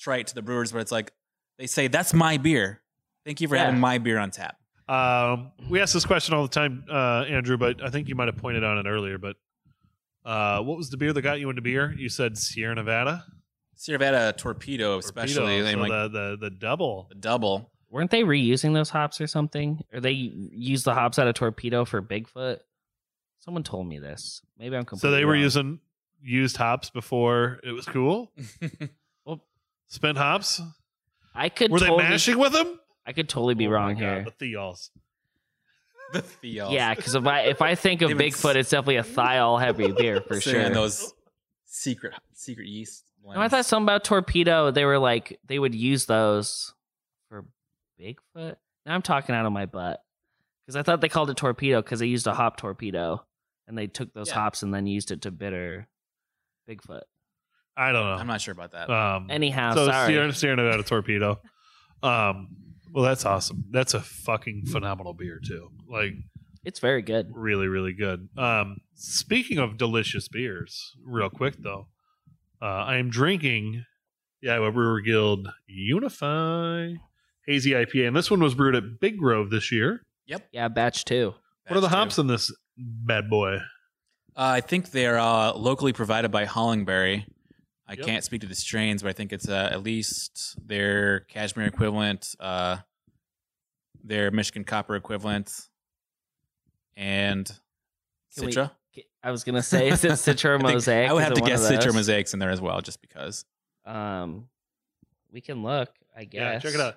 Speaker 3: trite to the brewers, but it's like they say, That's my beer. Thank you for
Speaker 2: Yeah.
Speaker 3: having my beer on tap.
Speaker 1: Um, we ask this question all the time, uh, Andrew, but I think you might have pointed on it earlier. But uh, what was the beer that got you into beer? You said Sierra Nevada,
Speaker 3: Sierra Nevada torpedo, especially
Speaker 1: Torpedo,
Speaker 3: they
Speaker 1: so
Speaker 3: like
Speaker 1: the, the the double.
Speaker 3: the double.
Speaker 2: Weren't they reusing those hops or something? Or they used the hops out of torpedo for Bigfoot? Someone told me this. Maybe I'm
Speaker 1: So
Speaker 2: completely
Speaker 1: they were
Speaker 2: wrong.
Speaker 1: using used hops before it was cool. Spent hops.
Speaker 2: I could
Speaker 1: Were they
Speaker 2: totally,
Speaker 1: mashing with them?
Speaker 2: I could totally be
Speaker 1: Oh my
Speaker 2: wrong
Speaker 1: God,
Speaker 2: here.
Speaker 1: The Theals.
Speaker 3: the Theals.
Speaker 2: Yeah, because if I if I think of
Speaker 3: They've been
Speaker 2: Bigfoot, it's definitely a thiol heavy beer for
Speaker 3: Sitting
Speaker 2: sure.
Speaker 3: in those secret secret yeast.
Speaker 2: No, I thought something about torpedo. They were like they would use those for Bigfoot. Now I'm talking out of my butt because I thought they called it torpedo because they used a hop torpedo and they took those
Speaker 3: Yeah.
Speaker 2: hops and then used it to bitter Bigfoot.
Speaker 1: I don't know.
Speaker 3: I'm not sure about that.
Speaker 2: Uh,
Speaker 1: Um,
Speaker 2: Anyhow,
Speaker 1: so
Speaker 2: sorry.
Speaker 1: Sierra, Sierra Nevada torpedo. Um, well, that's awesome. That's a fucking phenomenal beer too. Like
Speaker 2: It's very good.
Speaker 1: really really good um speaking of delicious beers real quick though uh i am drinking the iowa brewer guild unify hazy ipa and this one was brewed at big grove this year
Speaker 3: yep.
Speaker 2: Yeah, batch two.
Speaker 1: what are the
Speaker 3: That's
Speaker 1: hops
Speaker 3: true.
Speaker 1: in this bad boy
Speaker 3: Uh, I think they're uh, locally provided by Hollingberry. I
Speaker 1: Yep.
Speaker 3: can't speak to the strains, but I think it's uh, at least their cashmere equivalent, uh, their Michigan copper equivalent, and
Speaker 2: Can we-
Speaker 3: Citra.
Speaker 2: I was gonna say is it Citra
Speaker 3: I think-
Speaker 2: Mosaic?
Speaker 3: I would
Speaker 2: Is
Speaker 3: have
Speaker 2: it
Speaker 3: to
Speaker 2: one of
Speaker 3: guess Citra
Speaker 2: those?
Speaker 3: Mosaics in there as well, just because.
Speaker 2: Um, we can look. I guess.
Speaker 1: yeah check it out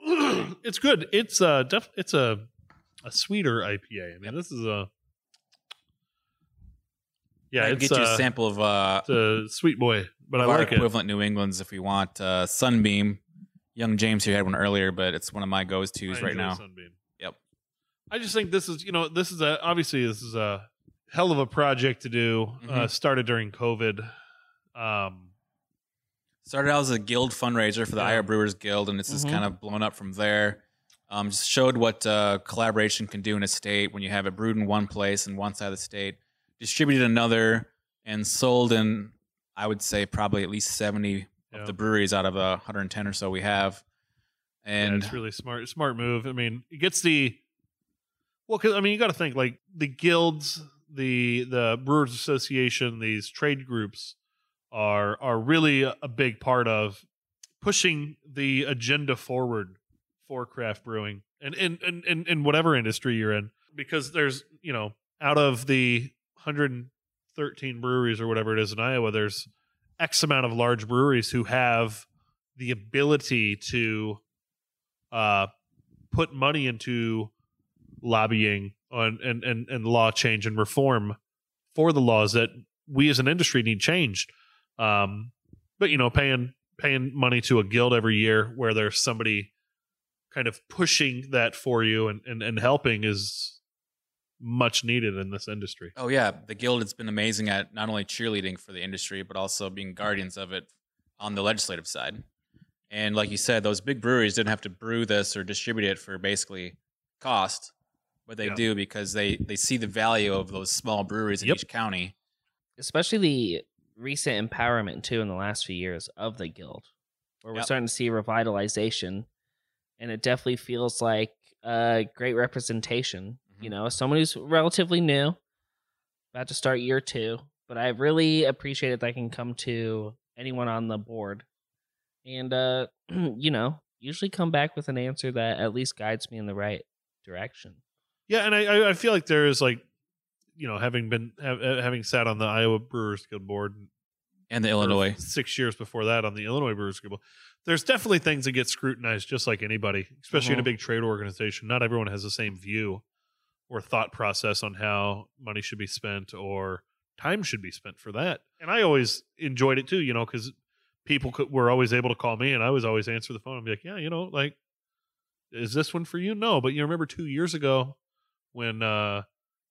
Speaker 1: it's good it's uh def- it's a a sweeter ipa i mean this is a yeah
Speaker 3: I can
Speaker 1: it's,
Speaker 3: get you
Speaker 1: uh,
Speaker 3: a sample of, uh,
Speaker 1: it's a sweet boy but i
Speaker 3: of our
Speaker 1: like it
Speaker 3: equivalent New England's if we want. Uh, Sunbeam. Young James here had one earlier, but it's one of my goes tos
Speaker 1: I
Speaker 3: right
Speaker 1: enjoy
Speaker 3: now.
Speaker 1: Sunbeam.
Speaker 3: Yep.
Speaker 1: I just think this is, you know, this is a obviously this is a hell of a project to do. Uh,
Speaker 3: Mhm.
Speaker 1: started during COVID. Um,
Speaker 3: started out as a guild fundraiser for the
Speaker 1: Yeah. Mm-hmm.
Speaker 3: Iowa Brewers Guild, and it's just
Speaker 2: Mhm.
Speaker 3: kind of blown up from there. Um, just showed what uh, collaboration can do in a state when you have it brewed in one place and one side of the state, distributed another, and sold in, I would say, probably at least 70
Speaker 1: Yeah.
Speaker 3: of the breweries out of the 110 or so we have.
Speaker 1: yeah,
Speaker 3: And
Speaker 1: it's really smart, smart move. I mean, it gets the well, 'cause, I mean, you got to think like the guilds, the the Brewers Association, these trade groups are are really a big part of pushing the agenda forward for craft brewing and in and, and, and whatever industry you're in because there's you know out of the 113 breweries or whatever it is in iowa there's x amount of large breweries who have the ability to uh, put money into lobbying on and, and, and law change and reform for the laws that we as an industry need changed. Um, but you know, paying paying money to a guild every year where there's somebody kind of pushing that for you and, and, and helping is much needed in this industry.
Speaker 3: Oh yeah, the guild has been amazing at not only cheerleading for the industry but also being guardians of it on the legislative side. And like you said, those big breweries didn't have to brew this or distribute it for basically cost, but they
Speaker 1: Yeah.
Speaker 3: do because they they see the value of those small breweries in
Speaker 1: Yep.
Speaker 3: each county.
Speaker 2: especially the recent empowerment too in the last few years of the guild where we're
Speaker 3: Yep.
Speaker 2: starting to see revitalization and it definitely feels like a great representation you
Speaker 1: Mm-hmm.
Speaker 3: Mhm.
Speaker 2: know as someone who's relatively new about to start year two but i really appreciate that i can come to anyone on the board and uh you know usually come back with an answer that at least guides me in the right direction
Speaker 1: Yeah, and I- I, I feel like there is like, you know, having been ha- having sat on the Iowa Brewers Guild board
Speaker 3: And the
Speaker 1: for
Speaker 3: Illinois.
Speaker 1: six years before that on the Illinois Brewers Guild, board, there's definitely things that get scrutinized just like anybody, especially in a
Speaker 2: Mhm.
Speaker 1: big trade organization. Not everyone has the same view or thought process on how money should be spent or time should be spent for that. And I always enjoyed it too, you know, because people could, were always able to call me and I was always answer the phone and be like, yeah, you know, like, is this one for you? No, but you remember two years ago when, uh,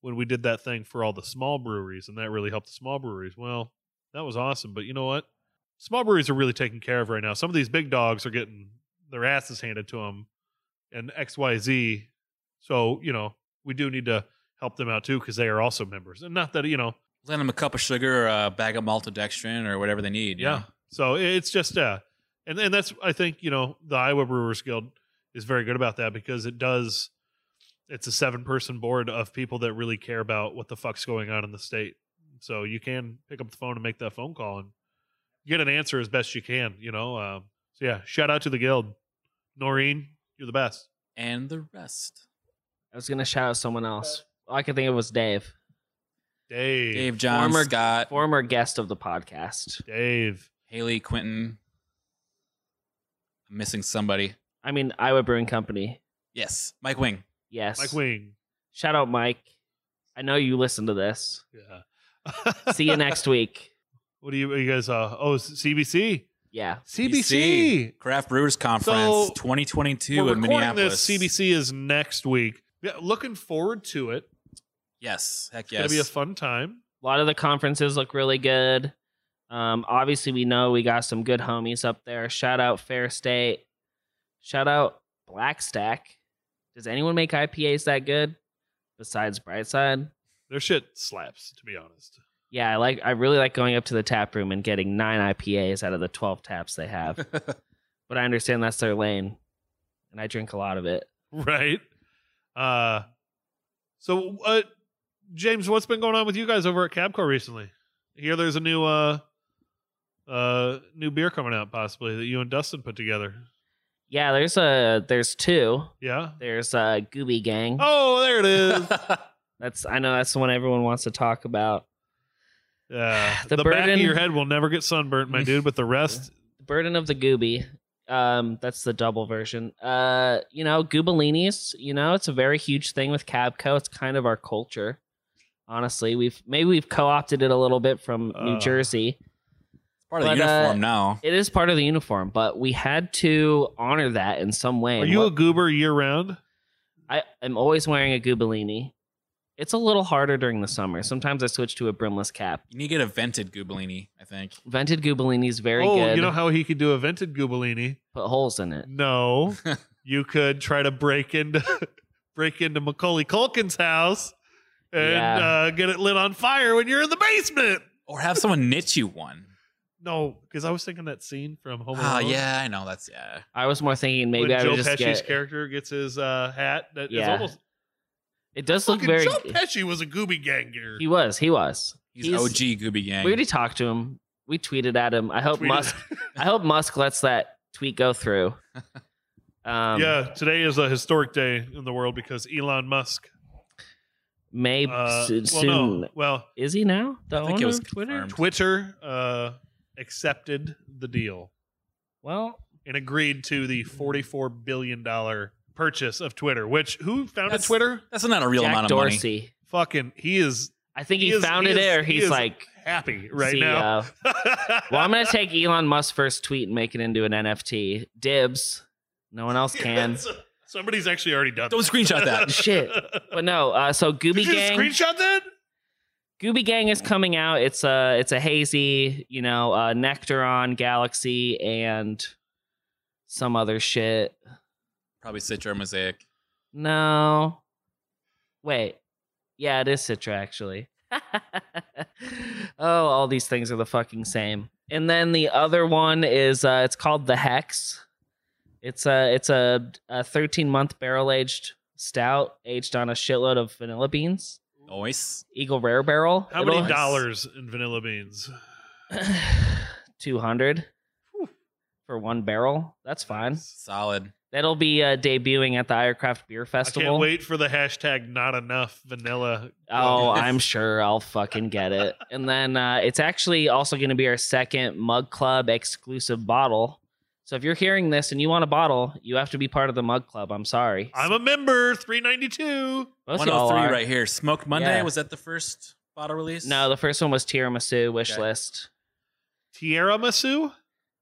Speaker 1: when we did that thing for all the small breweries and that really helped the small breweries. Well, that was awesome. But you know what? Small breweries are really taken care of right now. Some of these big dogs are getting their asses handed to them and XYZ. So, you know, we do need to help them out too because they are also members. And not that, you know,
Speaker 3: Lend them a cup of sugar or a bag of maltodextrin or whatever they need. you
Speaker 1: Yeah.
Speaker 3: know?
Speaker 1: So i- it's just uh and and that's I think, you know, the Iowa Brewers Guild is very good about that because it does it's a seven person board of people that really care about what the fuck's going on in the state. So you can pick up the phone and make that phone call and get an answer as best you can, you know. Um so yeah, shout out to the guild. Noreen, you're the best.
Speaker 3: And the rest.
Speaker 2: i was gonna shout out someone else all i could think of was dave
Speaker 1: Dave.
Speaker 3: Dave, John,
Speaker 2: Former-
Speaker 3: Scott,
Speaker 2: former guest of the podcast.
Speaker 1: Dave.
Speaker 3: Haley, Quentin. I'm missing somebody.
Speaker 2: I mean, Iowa Brewing Company.
Speaker 3: Yes, Mike Wing.
Speaker 2: Yes.
Speaker 1: Mike Wing.
Speaker 2: Shout out, Mike. I know you listen to this.
Speaker 1: Yeah.
Speaker 2: See you next week.
Speaker 1: What do you, you guys uh oh CBC?
Speaker 2: Yeah.
Speaker 1: CBC.
Speaker 3: Craft Brewers Conference
Speaker 1: So,
Speaker 3: 2022
Speaker 1: We're
Speaker 3: in
Speaker 1: recording
Speaker 3: Minneapolis.
Speaker 1: this. CBC is next week. Yeah, looking forward to it.
Speaker 3: Yes, heck
Speaker 1: It's gonna
Speaker 3: yes.
Speaker 1: be a fun time.
Speaker 2: A lot of the conferences look really good. Um, obviously, we know we got some good homies up there. Shout out Fair State. Shout out Black Stack. Does anyone make IPAs that good besides Brightside?
Speaker 1: Their shit slaps, to be honest.
Speaker 2: Yeah, I like. I really like going up to the tap room and getting nine IPAs out of the twelve taps they have. but I understand that's their lane, and I drink a lot of it.
Speaker 1: Right. Uh so uh James, what's been going on with you guys over at Cabco recently? I hear there's a new uh uh new beer coming out possibly that you and Dustin put together.
Speaker 2: Yeah, there's a there's two.
Speaker 1: Yeah?
Speaker 2: There's a Gooby Gang.
Speaker 1: Oh, there it is.
Speaker 2: That's I know that's the one everyone wants to talk about.
Speaker 1: Yeah.
Speaker 2: The
Speaker 1: the back of
Speaker 2: burden-
Speaker 1: your head will never get sunburnt, my dude, but the rest
Speaker 2: The Burden of the Gooby. Um, that's the double version. Uh, you know, Goobalinis. You know, it's a very huge thing with Cabco. It's kind of our culture. Honestly, we've maybe we've co-opted it a little bit from New
Speaker 1: Uh.
Speaker 2: Jersey.
Speaker 3: Part of
Speaker 2: But,
Speaker 3: the uniform
Speaker 2: uh,
Speaker 3: now.
Speaker 2: It is part of the uniform, but we had to honor that in some way.
Speaker 1: are
Speaker 2: and
Speaker 1: you
Speaker 2: what-
Speaker 1: a goober year round?
Speaker 2: I am always wearing a Gubellini. It's a little harder during the summer. Sometimes I switch to a brimless cap.
Speaker 3: You need to get a vented Gubellini, I think.
Speaker 2: Vented Gubellini is very
Speaker 1: oh,
Speaker 2: good.
Speaker 1: you know how he could do a vented Gubellini?
Speaker 2: Put holes in it.
Speaker 1: No, you could try to break into break into Macaulay Culkin's house and
Speaker 2: Yeah.
Speaker 1: uh, get it lit on fire when you're in the basement.
Speaker 3: Or have someone knit you one.
Speaker 1: No, because I was thinking that scene from Home Alone.
Speaker 3: Oh, yeah, I know. That's, yeah.
Speaker 2: I was more thinking maybe
Speaker 1: when
Speaker 2: I
Speaker 1: Joe
Speaker 2: would just
Speaker 1: Pesci's
Speaker 2: get.
Speaker 1: character gets his uh, hat. That is
Speaker 2: Yeah.
Speaker 1: almost
Speaker 2: It does look
Speaker 1: fucking
Speaker 2: very.
Speaker 1: Joe Pesci was a Gooby Ganger.
Speaker 2: He was. He was.
Speaker 3: He's,
Speaker 2: He's-
Speaker 3: OG Gooby Gang.
Speaker 2: We already talked to him. We tweeted at him. I hope
Speaker 1: Tweeted-
Speaker 2: Musk. I hope Musk lets that tweet go through. Um,
Speaker 1: yeah, today is a historic day in the world because Elon Musk.
Speaker 2: May
Speaker 1: Uh,
Speaker 2: so-
Speaker 1: well,
Speaker 2: soon.
Speaker 1: no, well,
Speaker 2: Is he now? The
Speaker 3: I think
Speaker 2: owner
Speaker 3: it was
Speaker 2: of Twitter.
Speaker 3: confirmed.
Speaker 1: Twitter uh, accepted the deal.
Speaker 2: Well,
Speaker 1: and agreed to the forty-four billion dollar purchase of Twitter. Which who founded
Speaker 3: That's-
Speaker 1: Twitter?
Speaker 3: That's not a real
Speaker 2: Jack
Speaker 3: amount of money.
Speaker 2: Dorsey.
Speaker 1: Fucking, he is
Speaker 2: I think he,
Speaker 1: He is-
Speaker 2: found
Speaker 1: he
Speaker 2: it
Speaker 1: is-
Speaker 2: there.
Speaker 1: he
Speaker 2: He's
Speaker 1: is-
Speaker 2: like
Speaker 1: happy right
Speaker 2: CEO.
Speaker 1: now.
Speaker 2: well, I'm gonna take Elon Musk's first tweet and make it into an NFT. Dibs. No one else can.
Speaker 1: Somebody's actually already done.
Speaker 3: Don't
Speaker 1: that.
Speaker 3: screenshot that.
Speaker 2: Shit. But no, uh, so Gooby
Speaker 1: Did you
Speaker 2: Gang.
Speaker 1: screenshot that?
Speaker 2: Gooby Gang is coming out. It's a it's a hazy, you know, uh, Nectaron Galaxy and some other shit.
Speaker 3: Probably Citra Mosaic.
Speaker 2: No, wait, yeah, it is Citra actually. oh, all these things are the fucking same. And then the other one is uh, it's called the Hex. It's a it's a a 13 month barrel aged stout aged on a shitload of vanilla beans.
Speaker 3: Noise.
Speaker 2: Eagle Rare Barrel.
Speaker 1: How many
Speaker 2: It'll-
Speaker 1: dollars in vanilla beans?
Speaker 2: 200 for one barrel. That's fine.
Speaker 3: Solid.
Speaker 2: That'll be uh, debuting at the Irecraft Beer
Speaker 1: I
Speaker 2: Festival.
Speaker 1: can't wait for the hashtag not enough vanilla.
Speaker 2: Oh, I'm sure I'll fucking get it. And then uh, it's actually also going to be our second Mug Club exclusive bottle. So if you're hearing this and you want a bottle, you have to be part of the Mug Club. I'm sorry.
Speaker 1: I'm a member, 392.
Speaker 2: Most of y'all
Speaker 3: 103
Speaker 2: are.
Speaker 3: right here. Smoked Monday.
Speaker 2: Yeah.
Speaker 3: Was that the first bottle release?
Speaker 2: No, the first one was tiramisu wish
Speaker 3: Okay.
Speaker 2: list.
Speaker 1: Tierra Masu?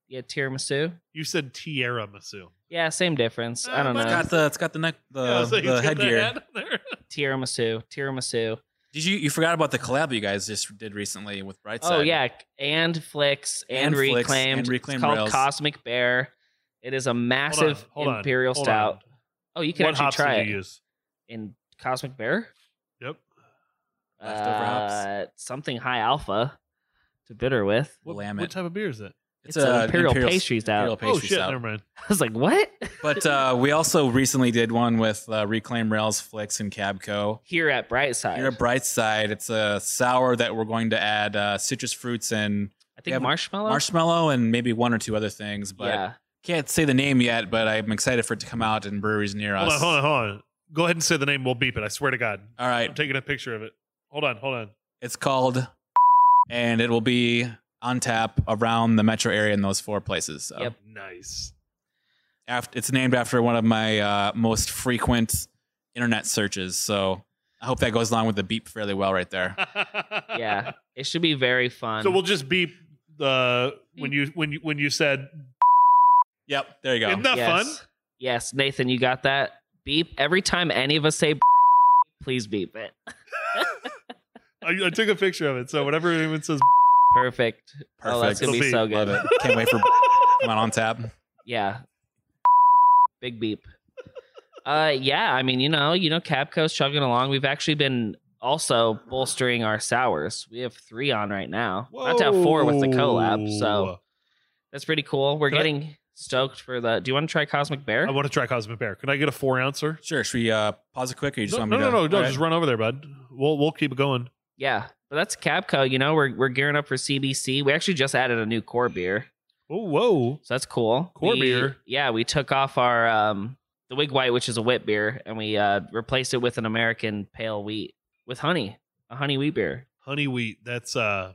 Speaker 2: Yeah, tiramisu.
Speaker 1: You said Tierra Masu.
Speaker 2: Yeah, same difference. I
Speaker 1: Uh,
Speaker 2: don't
Speaker 1: but
Speaker 2: know.
Speaker 3: It's got the it's got the neck the,
Speaker 1: Yeah, so he's
Speaker 3: Uh, the
Speaker 1: got that
Speaker 3: headgear.
Speaker 1: hat on there.
Speaker 2: Tiramisu, tiramisu.
Speaker 3: Did you you forgot about the collab you guys just did recently with Brightside?
Speaker 2: Oh yeah, and Flix and,
Speaker 3: And Flix and
Speaker 2: reclaimed.
Speaker 3: Reclaimed
Speaker 2: it's called
Speaker 3: Rails.
Speaker 2: Cosmic Bear. It is a
Speaker 1: Hold on,
Speaker 2: massive
Speaker 1: hold on,
Speaker 2: imperial
Speaker 1: hold
Speaker 2: stout.
Speaker 1: on.
Speaker 2: Oh, you can
Speaker 1: what
Speaker 2: actually
Speaker 1: hops
Speaker 2: try
Speaker 1: did
Speaker 2: it
Speaker 1: you use?
Speaker 2: in Cosmic Bear.
Speaker 1: Yep.
Speaker 3: Leftover hops.
Speaker 2: Uh, something high alpha to bitter with.
Speaker 1: What,
Speaker 3: Lamb
Speaker 1: what
Speaker 3: it.
Speaker 1: type of beer is that?
Speaker 2: It's, an imperial, pastries out.
Speaker 3: Imperial
Speaker 1: Oh,
Speaker 3: pastry
Speaker 1: shit.
Speaker 3: stout.
Speaker 1: Never mind.
Speaker 2: I was like, what?
Speaker 3: But uh, we also recently did one with uh, Reclaim Rails, Flicks, and Cabco.
Speaker 2: Here at Brightside,
Speaker 3: Here at Brightside, it's a sour that we're going to add uh, citrus fruits
Speaker 2: I
Speaker 3: and we
Speaker 2: think
Speaker 3: have
Speaker 2: marshmallow.
Speaker 3: marshmallow and maybe one or two other things. But
Speaker 2: yeah,
Speaker 3: can't say the name yet, but I'm excited for it to come out in breweries near
Speaker 1: Hold
Speaker 3: us.
Speaker 1: on, hold on, hold on. Go ahead and say the name. We'll beep it. I swear to God.
Speaker 3: All
Speaker 1: I'm
Speaker 3: right.
Speaker 1: taking a picture of it. Hold on, hold on.
Speaker 3: It's called, and it will be on tap around the metro area in those four places. So
Speaker 2: Yep.
Speaker 1: Nice.
Speaker 3: after, it's named after one of my uh, most frequent internet searches. So I hope that goes along with the beep fairly well right there.
Speaker 2: yeah, it should be very fun.
Speaker 1: So we'll just beep the when you when you when you said
Speaker 3: Yep, there you go.
Speaker 1: isn't that fun?
Speaker 2: Yes. Yes, Nathan, you got that beep. Every time any of us say, please beep it.
Speaker 1: I, I took a picture of it. So whenever anyone says
Speaker 2: Perfect. Oh, that's
Speaker 3: Perfect.
Speaker 2: gonna be
Speaker 1: It'll
Speaker 2: so
Speaker 1: be-
Speaker 3: Love
Speaker 2: good.
Speaker 3: it. Can't wait for come on on tap.
Speaker 2: Yeah. Big beep. Uh, yeah. I mean, you know, you know, Capco's chugging along. We've actually been also bolstering our sours. We have three on right now. Not to have four with the collab, so
Speaker 1: Whoa.
Speaker 2: that's pretty cool. We're
Speaker 1: Can I-
Speaker 2: getting stoked for the. Do you want to try Cosmic Bear?
Speaker 1: I want to try Cosmic Bear. Can I get a four ouncer?
Speaker 3: Sure, should we uh, pause it quick or you just
Speaker 1: No,
Speaker 3: want
Speaker 1: no,
Speaker 3: me
Speaker 1: no,
Speaker 3: to
Speaker 1: no, no,
Speaker 3: All right.
Speaker 1: Just run over there, bud. We'll we'll keep it going.
Speaker 2: yeah, but that's Capco. You know, we're we're gearing up for CBC. We actually just added a new core beer.
Speaker 1: Oh, whoa.
Speaker 2: So that's cool.
Speaker 1: Core
Speaker 2: We-
Speaker 1: beer.
Speaker 2: Yeah, we took off our um the wig white, which is a wit beer, and we uh replaced it with an American pale wheat with honey, a honey wheat beer.
Speaker 1: Honey wheat. That's uh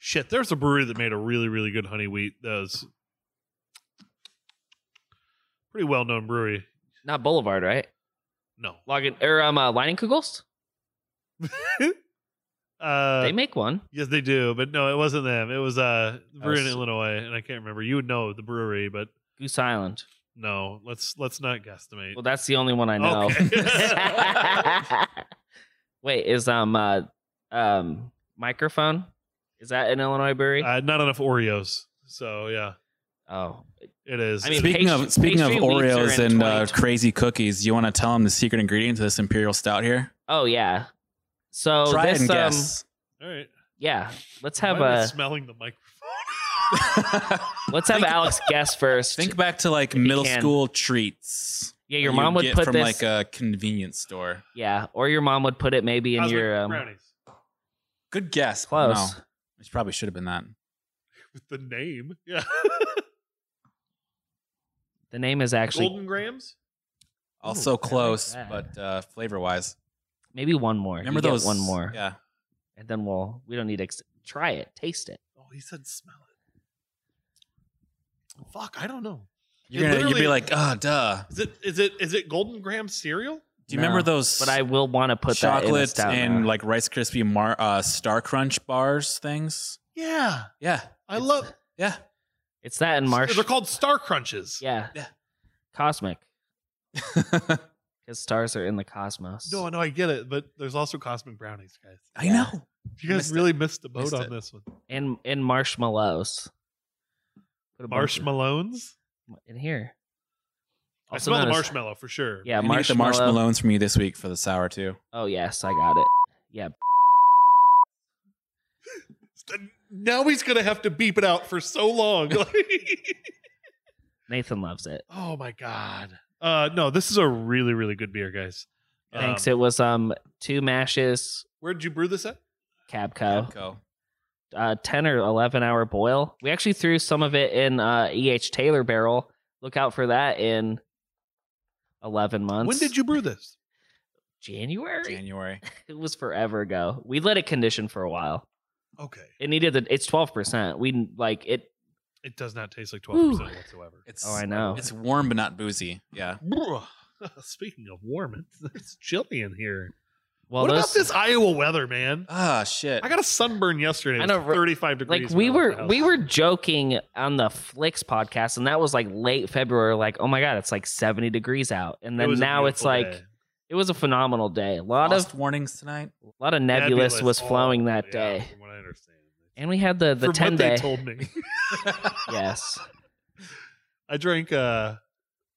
Speaker 1: shit. There's a brewery that made a really, really good honey wheat. That was pretty well known brewery.
Speaker 2: Not Boulevard, right?
Speaker 1: No.
Speaker 2: Logan or um uh, Lining Kugels?
Speaker 1: uh
Speaker 2: they make one.
Speaker 1: Yes, they do, but no, it wasn't them. It was uh the brewery in
Speaker 3: was-
Speaker 1: Illinois, and I can't remember. You would know the brewery, but
Speaker 2: Goose Island.
Speaker 1: no, let's let's not guesstimate.
Speaker 2: Well, that's the only one I know.
Speaker 1: Okay.
Speaker 2: Wait, is um uh um microphone? Is that an Illinois brewery?
Speaker 1: uh, not enough Oreos, so yeah,
Speaker 2: oh,
Speaker 1: it is.
Speaker 2: I mean,
Speaker 3: Speaking
Speaker 2: pastry-
Speaker 3: of speaking of
Speaker 2: pastry wheats are
Speaker 3: Oreos
Speaker 2: in
Speaker 3: and uh,
Speaker 2: 2020.
Speaker 3: crazy cookies, you want to tell them the secret ingredient to this imperial stout here?
Speaker 2: oh yeah. So
Speaker 3: Try
Speaker 2: this
Speaker 3: it and
Speaker 2: um
Speaker 3: guess.
Speaker 1: all right.
Speaker 2: yeah, let's have uh,
Speaker 1: Why am I
Speaker 2: a
Speaker 1: smelling the microphone.
Speaker 2: let's have
Speaker 3: Think-
Speaker 2: Alex guess first.
Speaker 3: Think back to like
Speaker 2: you
Speaker 3: middle
Speaker 2: can.
Speaker 3: school treats.
Speaker 2: Yeah, your
Speaker 3: you
Speaker 2: mom would
Speaker 3: get
Speaker 2: put
Speaker 3: from
Speaker 2: this.
Speaker 3: like a convenience store.
Speaker 2: yeah, or your mom would put it maybe in
Speaker 1: Cosmic
Speaker 2: your um,
Speaker 1: brownies
Speaker 3: Good guess. but
Speaker 2: close.
Speaker 3: No, it probably should have been that.
Speaker 1: with the name, yeah,
Speaker 2: The name is actually
Speaker 1: Golden Grams.
Speaker 3: Also
Speaker 2: I like
Speaker 3: close,
Speaker 2: that.
Speaker 3: but uh, flavor wise.
Speaker 2: maybe one more.
Speaker 3: Remember
Speaker 2: You get
Speaker 3: those
Speaker 2: one more,
Speaker 3: Yeah.
Speaker 2: and then we'll we don't need to ex- try it, taste it.
Speaker 1: Oh, he said smell Fuck, I don't know.
Speaker 3: You're gonna, you'd be
Speaker 1: literally-
Speaker 3: like, oh, duh.
Speaker 1: Is it is it is it Golden Graham cereal?
Speaker 3: Do you remember
Speaker 2: No,
Speaker 3: those?
Speaker 2: But I will want to put that in a
Speaker 3: chocolate
Speaker 2: stout
Speaker 3: and
Speaker 2: now.
Speaker 3: like Rice Krispie Mar- uh, Star Crunch bars things.
Speaker 1: Yeah,
Speaker 3: Yeah,
Speaker 1: I love.
Speaker 3: yeah.
Speaker 2: it's that and marsh.
Speaker 1: They're called Star Crunches.
Speaker 2: yeah.
Speaker 3: Yeah.
Speaker 2: Cosmic, because stars are in the cosmos.
Speaker 1: No, no, I get it, but there's also cosmic brownies, guys.
Speaker 3: I know.
Speaker 1: You guys
Speaker 3: Missed it.
Speaker 1: really missed the boat
Speaker 3: Missed
Speaker 1: on
Speaker 3: it.
Speaker 1: this one.
Speaker 2: and and marshmallows. Put a bunch of-
Speaker 1: Marshmallows.
Speaker 2: in here.
Speaker 1: I
Speaker 2: Also
Speaker 1: smell the
Speaker 2: known as-
Speaker 1: marshmallow for sure.
Speaker 2: Yeah,
Speaker 3: I'm gonna get the
Speaker 2: marshmallow.
Speaker 3: marshmallows from you this week for the sour too.
Speaker 2: Oh yes, I got it. Yeah,
Speaker 1: Now he's gonna have to beep it out for so long.
Speaker 2: Nathan loves it.
Speaker 1: oh my god. Uh, no, this is a really, really good beer, guys. Um,
Speaker 2: Thanks. It was um two mashes,
Speaker 1: Where did you brew this at?
Speaker 2: Cabco,
Speaker 3: Capco.
Speaker 2: uh, ten or eleven hour boil. We actually threw some of it in uh, E. H. Taylor barrel. Look out for that in eleven months.
Speaker 1: When did you brew this?
Speaker 2: January?
Speaker 3: January.
Speaker 2: It was forever ago. We let it condition for a while.
Speaker 1: Okay,
Speaker 2: It needed the. It's twelve percent. We like it.
Speaker 1: it does not taste like twelve percent
Speaker 2: Ooh.
Speaker 1: whatsoever.
Speaker 3: It's
Speaker 2: Oh, I know.
Speaker 3: it's warm but not boozy. Yeah.
Speaker 1: Bruh. Speaking of warm, it's, it's chilly in here.
Speaker 2: Well,
Speaker 1: what
Speaker 2: those-
Speaker 1: about this Iowa weather, man?
Speaker 3: Ah shit.
Speaker 1: I got a sunburn yesterday.
Speaker 2: I
Speaker 1: It
Speaker 2: know,
Speaker 1: was
Speaker 2: r-
Speaker 1: 35 degrees.
Speaker 2: like
Speaker 1: when
Speaker 2: we
Speaker 1: I was at
Speaker 2: were
Speaker 1: the
Speaker 2: we
Speaker 1: house.
Speaker 2: were joking on the Flicks podcast, and that was like late February. Like, oh my god, it's like seventy degrees out, and
Speaker 1: It
Speaker 2: then
Speaker 1: was a
Speaker 2: now it's
Speaker 1: beautiful
Speaker 2: like
Speaker 1: day.
Speaker 2: it was a phenomenal day. A lot
Speaker 3: Frost
Speaker 2: of
Speaker 3: warnings tonight.
Speaker 2: a lot of nebulous, was
Speaker 1: Oh,
Speaker 2: flowing that
Speaker 1: yeah,
Speaker 2: day,
Speaker 1: From what I understand,
Speaker 2: and we had the the
Speaker 1: From
Speaker 2: ten
Speaker 1: what
Speaker 2: day.
Speaker 1: they told me.
Speaker 2: yes,
Speaker 1: I drank uh,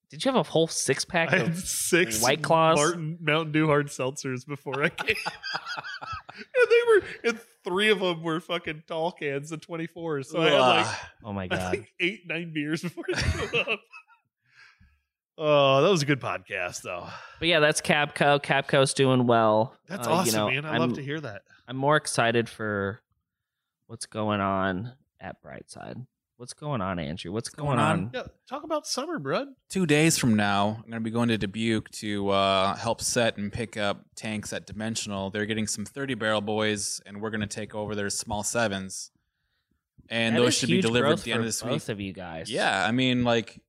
Speaker 2: did you have a whole six pack?
Speaker 1: I had
Speaker 2: Of-
Speaker 1: six
Speaker 2: White Claws.
Speaker 1: Martin, Mountain Dew hard seltzers before I came, and they were and three of them were fucking tall cans of 24s. So I had like
Speaker 3: Ugh.
Speaker 2: oh my
Speaker 1: I
Speaker 2: god,
Speaker 1: think eight nine beers before I showed up. Oh, that was a good podcast though.
Speaker 2: but yeah, that's Capco. Capco's doing well.
Speaker 1: That's
Speaker 2: Uh,
Speaker 1: awesome,
Speaker 2: you know,
Speaker 1: man. I
Speaker 2: I'm,
Speaker 1: love to hear that.
Speaker 2: I'm more excited for what's going on at Brightside. What's going on, Andrew? What's going,
Speaker 3: Going on?
Speaker 2: on?
Speaker 1: Yeah, talk about summer, bro.
Speaker 3: Two days from now, I'm gonna be going to Dubuque to uh, help set and pick up tanks at Dimensional. They're getting some 30 barrel boys, and we're gonna take over their small sevens. And
Speaker 2: That
Speaker 3: those
Speaker 2: is
Speaker 3: should be
Speaker 2: huge
Speaker 3: delivered
Speaker 2: growth
Speaker 3: at the end
Speaker 2: for
Speaker 3: of this week.
Speaker 2: both of you guys.
Speaker 3: Yeah, I mean, like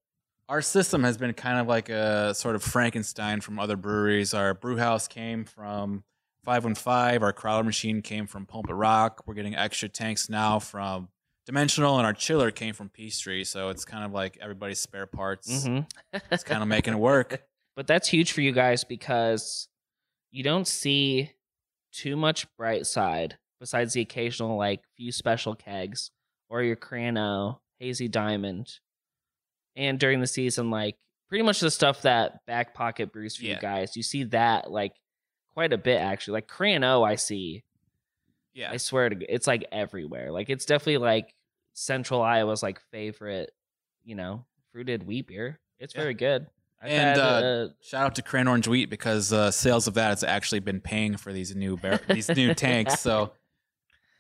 Speaker 3: our system has been kind of like a sort of Frankenstein from other breweries. Our brew house came from 515, our crowd machine came from Pump It Rock. We're getting extra tanks now from Dimensional, and our chiller came from Peachtree. So it's kind of like everybody's spare parts.
Speaker 2: Mhm.
Speaker 3: It's kind of making it work.
Speaker 2: but that's huge for you guys because you don't see too much bright side besides the occasional like few special kegs or your Crano, Hazy Diamond. And during the season, like pretty much the stuff that back pocket brews for you
Speaker 3: Yeah.
Speaker 2: guys, you see that like quite a bit actually. Like Crano, I see.
Speaker 3: Yeah.
Speaker 2: I swear to g- it's like everywhere. Like it's definitely like Central Iowa's like favorite, you know, fruited wheat beer. It's
Speaker 3: Yeah.
Speaker 2: very good. I've
Speaker 3: And,
Speaker 2: had,
Speaker 3: uh,
Speaker 2: uh,
Speaker 3: Shout out to Cran Orange Wheat because uh, sales of that has actually been paying for these new bar- these new tanks. So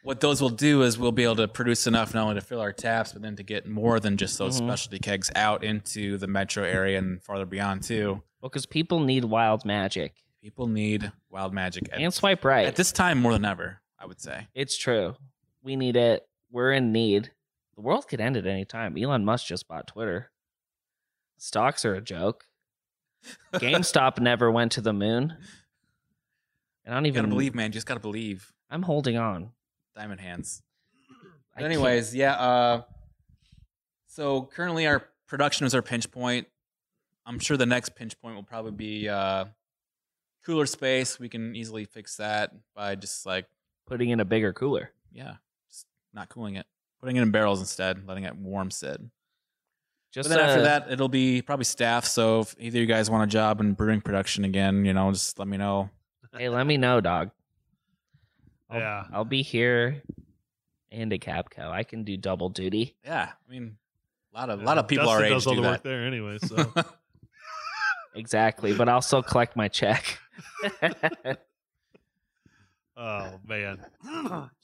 Speaker 3: what those will do is we'll be able to produce enough not only to fill our taps, but then to get more than just those
Speaker 2: Mhm.
Speaker 3: specialty kegs out into the metro area and farther beyond too.
Speaker 2: Well, because people need wild magic
Speaker 3: People need wild magic at,
Speaker 2: and swipe right.
Speaker 3: at this time more than ever. I would say.
Speaker 2: it's true. We need it. We're in need. The world could end at any time. Elon Musk just bought Twitter. Stocks are a joke. GameStop never went to the moon. And I don't
Speaker 3: You gotta
Speaker 2: even
Speaker 3: believe, man. You just gotta believe.
Speaker 2: I'm holding on.
Speaker 3: Diamond hands.
Speaker 2: I can't-
Speaker 3: anyways, yeah. Uh, so currently, our production is our pinch point. I'm sure the next pinch point will probably be uh, cooler space. We can easily fix that by just like,
Speaker 2: putting in a bigger cooler.
Speaker 3: yeah, just not cooling it, putting it in barrels instead, letting it warm sit.
Speaker 2: Just
Speaker 3: but then after
Speaker 2: uh,
Speaker 3: that, it'll be probably staff. So if either you guys want a job in brewing production again, you know, just let me know.
Speaker 2: Hey, let me know, dog. I'll,
Speaker 1: Oh, Yeah.
Speaker 2: I'll be here and at Capco. I can do double duty.
Speaker 3: Yeah, I mean, a lot of a lot of people
Speaker 1: Dustin
Speaker 3: our age
Speaker 1: does all the
Speaker 3: do that.
Speaker 1: work there anyway. So
Speaker 2: Exactly. But I'll still collect my check.
Speaker 1: Oh man!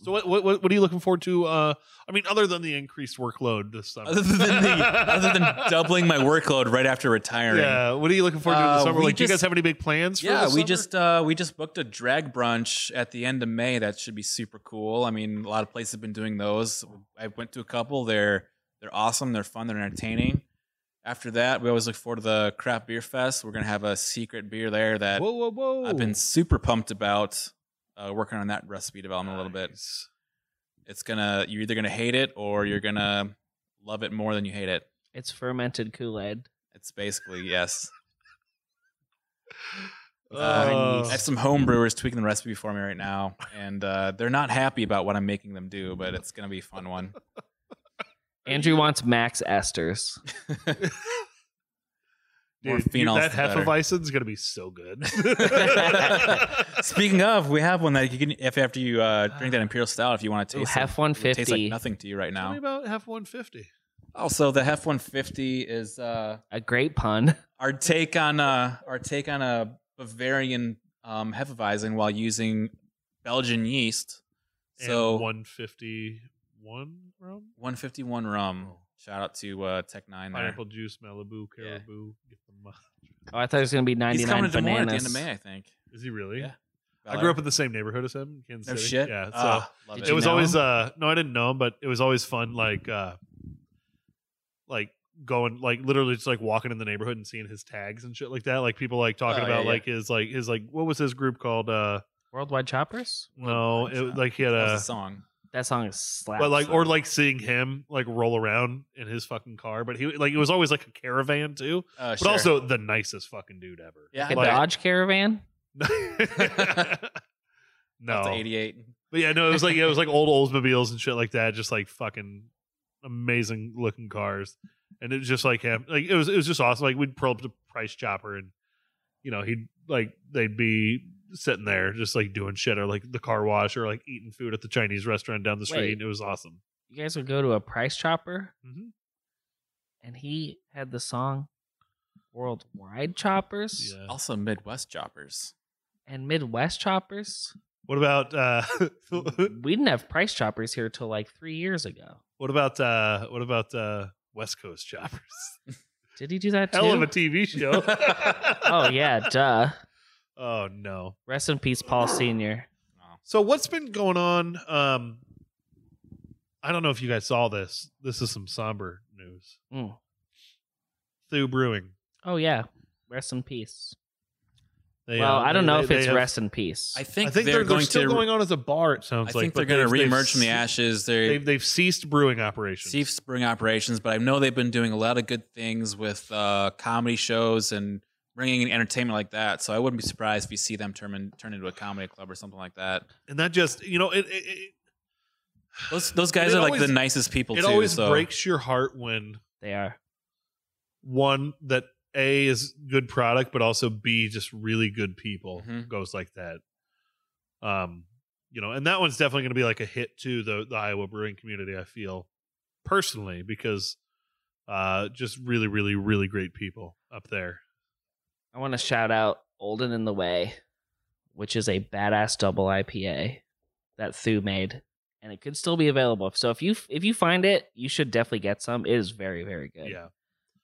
Speaker 1: so what, what what what are you looking forward to? Uh, I mean, other than the increased workload this summer,
Speaker 3: other than the, other than doubling my workload right after retiring.
Speaker 1: yeah. What are you looking forward to this
Speaker 3: Uh,
Speaker 1: summer?
Speaker 3: we
Speaker 1: Like, do you guys
Speaker 3: just-
Speaker 1: have any big plans? For
Speaker 3: yeah
Speaker 1: this
Speaker 3: we
Speaker 1: summer?
Speaker 3: just uh we just booked a drag brunch at the end of may that should be super cool i mean a lot of places have been doing those i went to a couple they're They're awesome. They're fun. They're entertaining. After that, we always look forward to the Craft Beer Fest. We're gonna have a secret beer there that
Speaker 1: whoa, whoa, whoa!
Speaker 3: I've been super pumped about. Uh, working on that recipe development a little bit.
Speaker 1: Nice.
Speaker 3: It's gonna you're either gonna hate it or you're gonna love it more than you hate it.
Speaker 2: It's fermented Kool Aid.
Speaker 3: It's basically yes.
Speaker 1: Uh,
Speaker 3: I have some homebrewers tweaking the recipe for me right now, and uh, they're not happy about what I'm making them do, but it's gonna be a fun one.
Speaker 2: Andrew wants max esters.
Speaker 3: More
Speaker 1: Dude, you-
Speaker 3: phenols,
Speaker 1: that
Speaker 3: the better.
Speaker 1: Hefeweizen's gonna be so good.
Speaker 3: Speaking of, we have one that you can if after you uh, drink that imperial stout, if you want to
Speaker 2: Ooh,
Speaker 3: taste
Speaker 2: Hef
Speaker 3: it, it tastes like
Speaker 2: 150,
Speaker 3: nothing to you right
Speaker 1: Tell me
Speaker 3: now.
Speaker 1: about Hef 150.
Speaker 3: Also, the Hef 150 is uh,
Speaker 2: a great pun.
Speaker 3: our take on uh, our take on a Bavarian um, Hefeweizen while using Belgian yeast.
Speaker 1: And
Speaker 3: So
Speaker 1: 151 rum,
Speaker 3: 151 rum.
Speaker 1: Oh.
Speaker 3: Shout out to uh, Tech Nine there.
Speaker 1: pineapple juice, Malibu,
Speaker 3: Yeah.
Speaker 1: Caribou. Get them. out.
Speaker 2: Oh, I thought it was gonna be ninety
Speaker 3: He's coming
Speaker 2: nine
Speaker 3: to Des Moines at the end
Speaker 2: bananas.
Speaker 3: of May, I think.
Speaker 1: Is he really?
Speaker 3: Yeah.
Speaker 1: I grew up in the same neighborhood as him, Kansas
Speaker 3: No
Speaker 1: City.
Speaker 3: shit.
Speaker 1: Yeah. So
Speaker 3: Ah, love
Speaker 2: Did
Speaker 1: it
Speaker 2: you
Speaker 1: was
Speaker 2: know
Speaker 1: always
Speaker 2: him?
Speaker 1: uh no, I didn't know him, but it was always fun like uh like going like literally just like walking in the neighborhood and seeing his tags and shit like that. Like people like talking
Speaker 3: Oh, yeah,
Speaker 1: about
Speaker 3: yeah.
Speaker 1: like his like his like what was his group called? Uh
Speaker 2: Worldwide Choppers.
Speaker 1: no, it was like he had
Speaker 3: That was
Speaker 1: a
Speaker 3: the song.
Speaker 2: That song is slap.
Speaker 1: but like or like seeing him like roll around in his fucking car. But he like it was always like a caravan too.
Speaker 3: Uh,
Speaker 1: But also the nicest fucking dude ever.
Speaker 3: yeah,
Speaker 2: a
Speaker 1: like-
Speaker 2: Dodge Caravan.
Speaker 1: no.
Speaker 3: That's 88.
Speaker 1: But yeah, no, it was like it was like old Oldsmobiles and shit like that, just like fucking amazing looking cars. And it was just like him, like it was it was just awesome. Like we'd pull up to Price Chopper, and you know he'd like they'd be sitting there just like doing shit or like the car wash or like eating food at the Chinese restaurant down the street.
Speaker 2: Wait.
Speaker 1: And it was awesome.
Speaker 2: You guys would go to a Price Chopper,
Speaker 1: Mhm.
Speaker 2: and he had the song Worldwide Choppers
Speaker 1: Yeah.
Speaker 3: Also Midwest Choppers.
Speaker 2: and Midwest Choppers.
Speaker 1: What about uh
Speaker 2: we didn't have Price Choppers here till like three years ago.
Speaker 1: what about uh what about uh West Coast Choppers?
Speaker 2: Did he do that too?
Speaker 1: Hell of a TV show.
Speaker 2: oh yeah, duh.
Speaker 1: Oh no.
Speaker 2: Rest in peace, Paul Senior.
Speaker 1: So what's been going on? Um, I don't know if you guys saw this. This is some somber news.
Speaker 2: Mm.
Speaker 1: Thew Brewing.
Speaker 2: Oh yeah, rest in peace.
Speaker 1: They,
Speaker 2: well,
Speaker 1: uh,
Speaker 2: I
Speaker 1: they-
Speaker 2: don't know
Speaker 1: they-
Speaker 2: if
Speaker 1: they
Speaker 2: it's
Speaker 1: have-
Speaker 2: rest in peace.
Speaker 3: I
Speaker 1: I
Speaker 3: think,
Speaker 1: think, they're,
Speaker 3: they're,
Speaker 1: they're
Speaker 3: going
Speaker 1: still
Speaker 3: to.
Speaker 1: going on as a bar. It
Speaker 3: I
Speaker 1: sounds
Speaker 3: think
Speaker 1: like
Speaker 3: they're
Speaker 1: but
Speaker 3: going to
Speaker 1: they've-
Speaker 3: reemerge from the
Speaker 1: they've ce-
Speaker 3: ashes. They're
Speaker 1: They've, they've ceased brewing operations.
Speaker 3: Steve Spring operations, but I know they've been doing a lot of good things with uh, comedy shows and bringing in entertainment like that. So I wouldn't be surprised if you see them turn in, turn into a comedy club or something like that.
Speaker 1: and that just you know it. it, it
Speaker 3: Those those
Speaker 1: And
Speaker 3: guys
Speaker 1: it
Speaker 3: are like
Speaker 1: always-
Speaker 3: the nicest people.
Speaker 1: it
Speaker 3: too,
Speaker 1: always
Speaker 3: so.
Speaker 1: breaks your heart when
Speaker 2: they are.
Speaker 1: one that a is good product, but also b just really good people
Speaker 3: Mhm.
Speaker 1: goes like that. Um, you know, and that one's definitely going to be like a hit to the the Iowa brewing community. I feel personally because uh, just really, really, really great people up there.
Speaker 2: I want to shout out Olden in the Way, which is a badass double IPA that Thu made, and it could still be available. So if you if you find it, you should definitely get some. It is very very good.
Speaker 1: Yeah,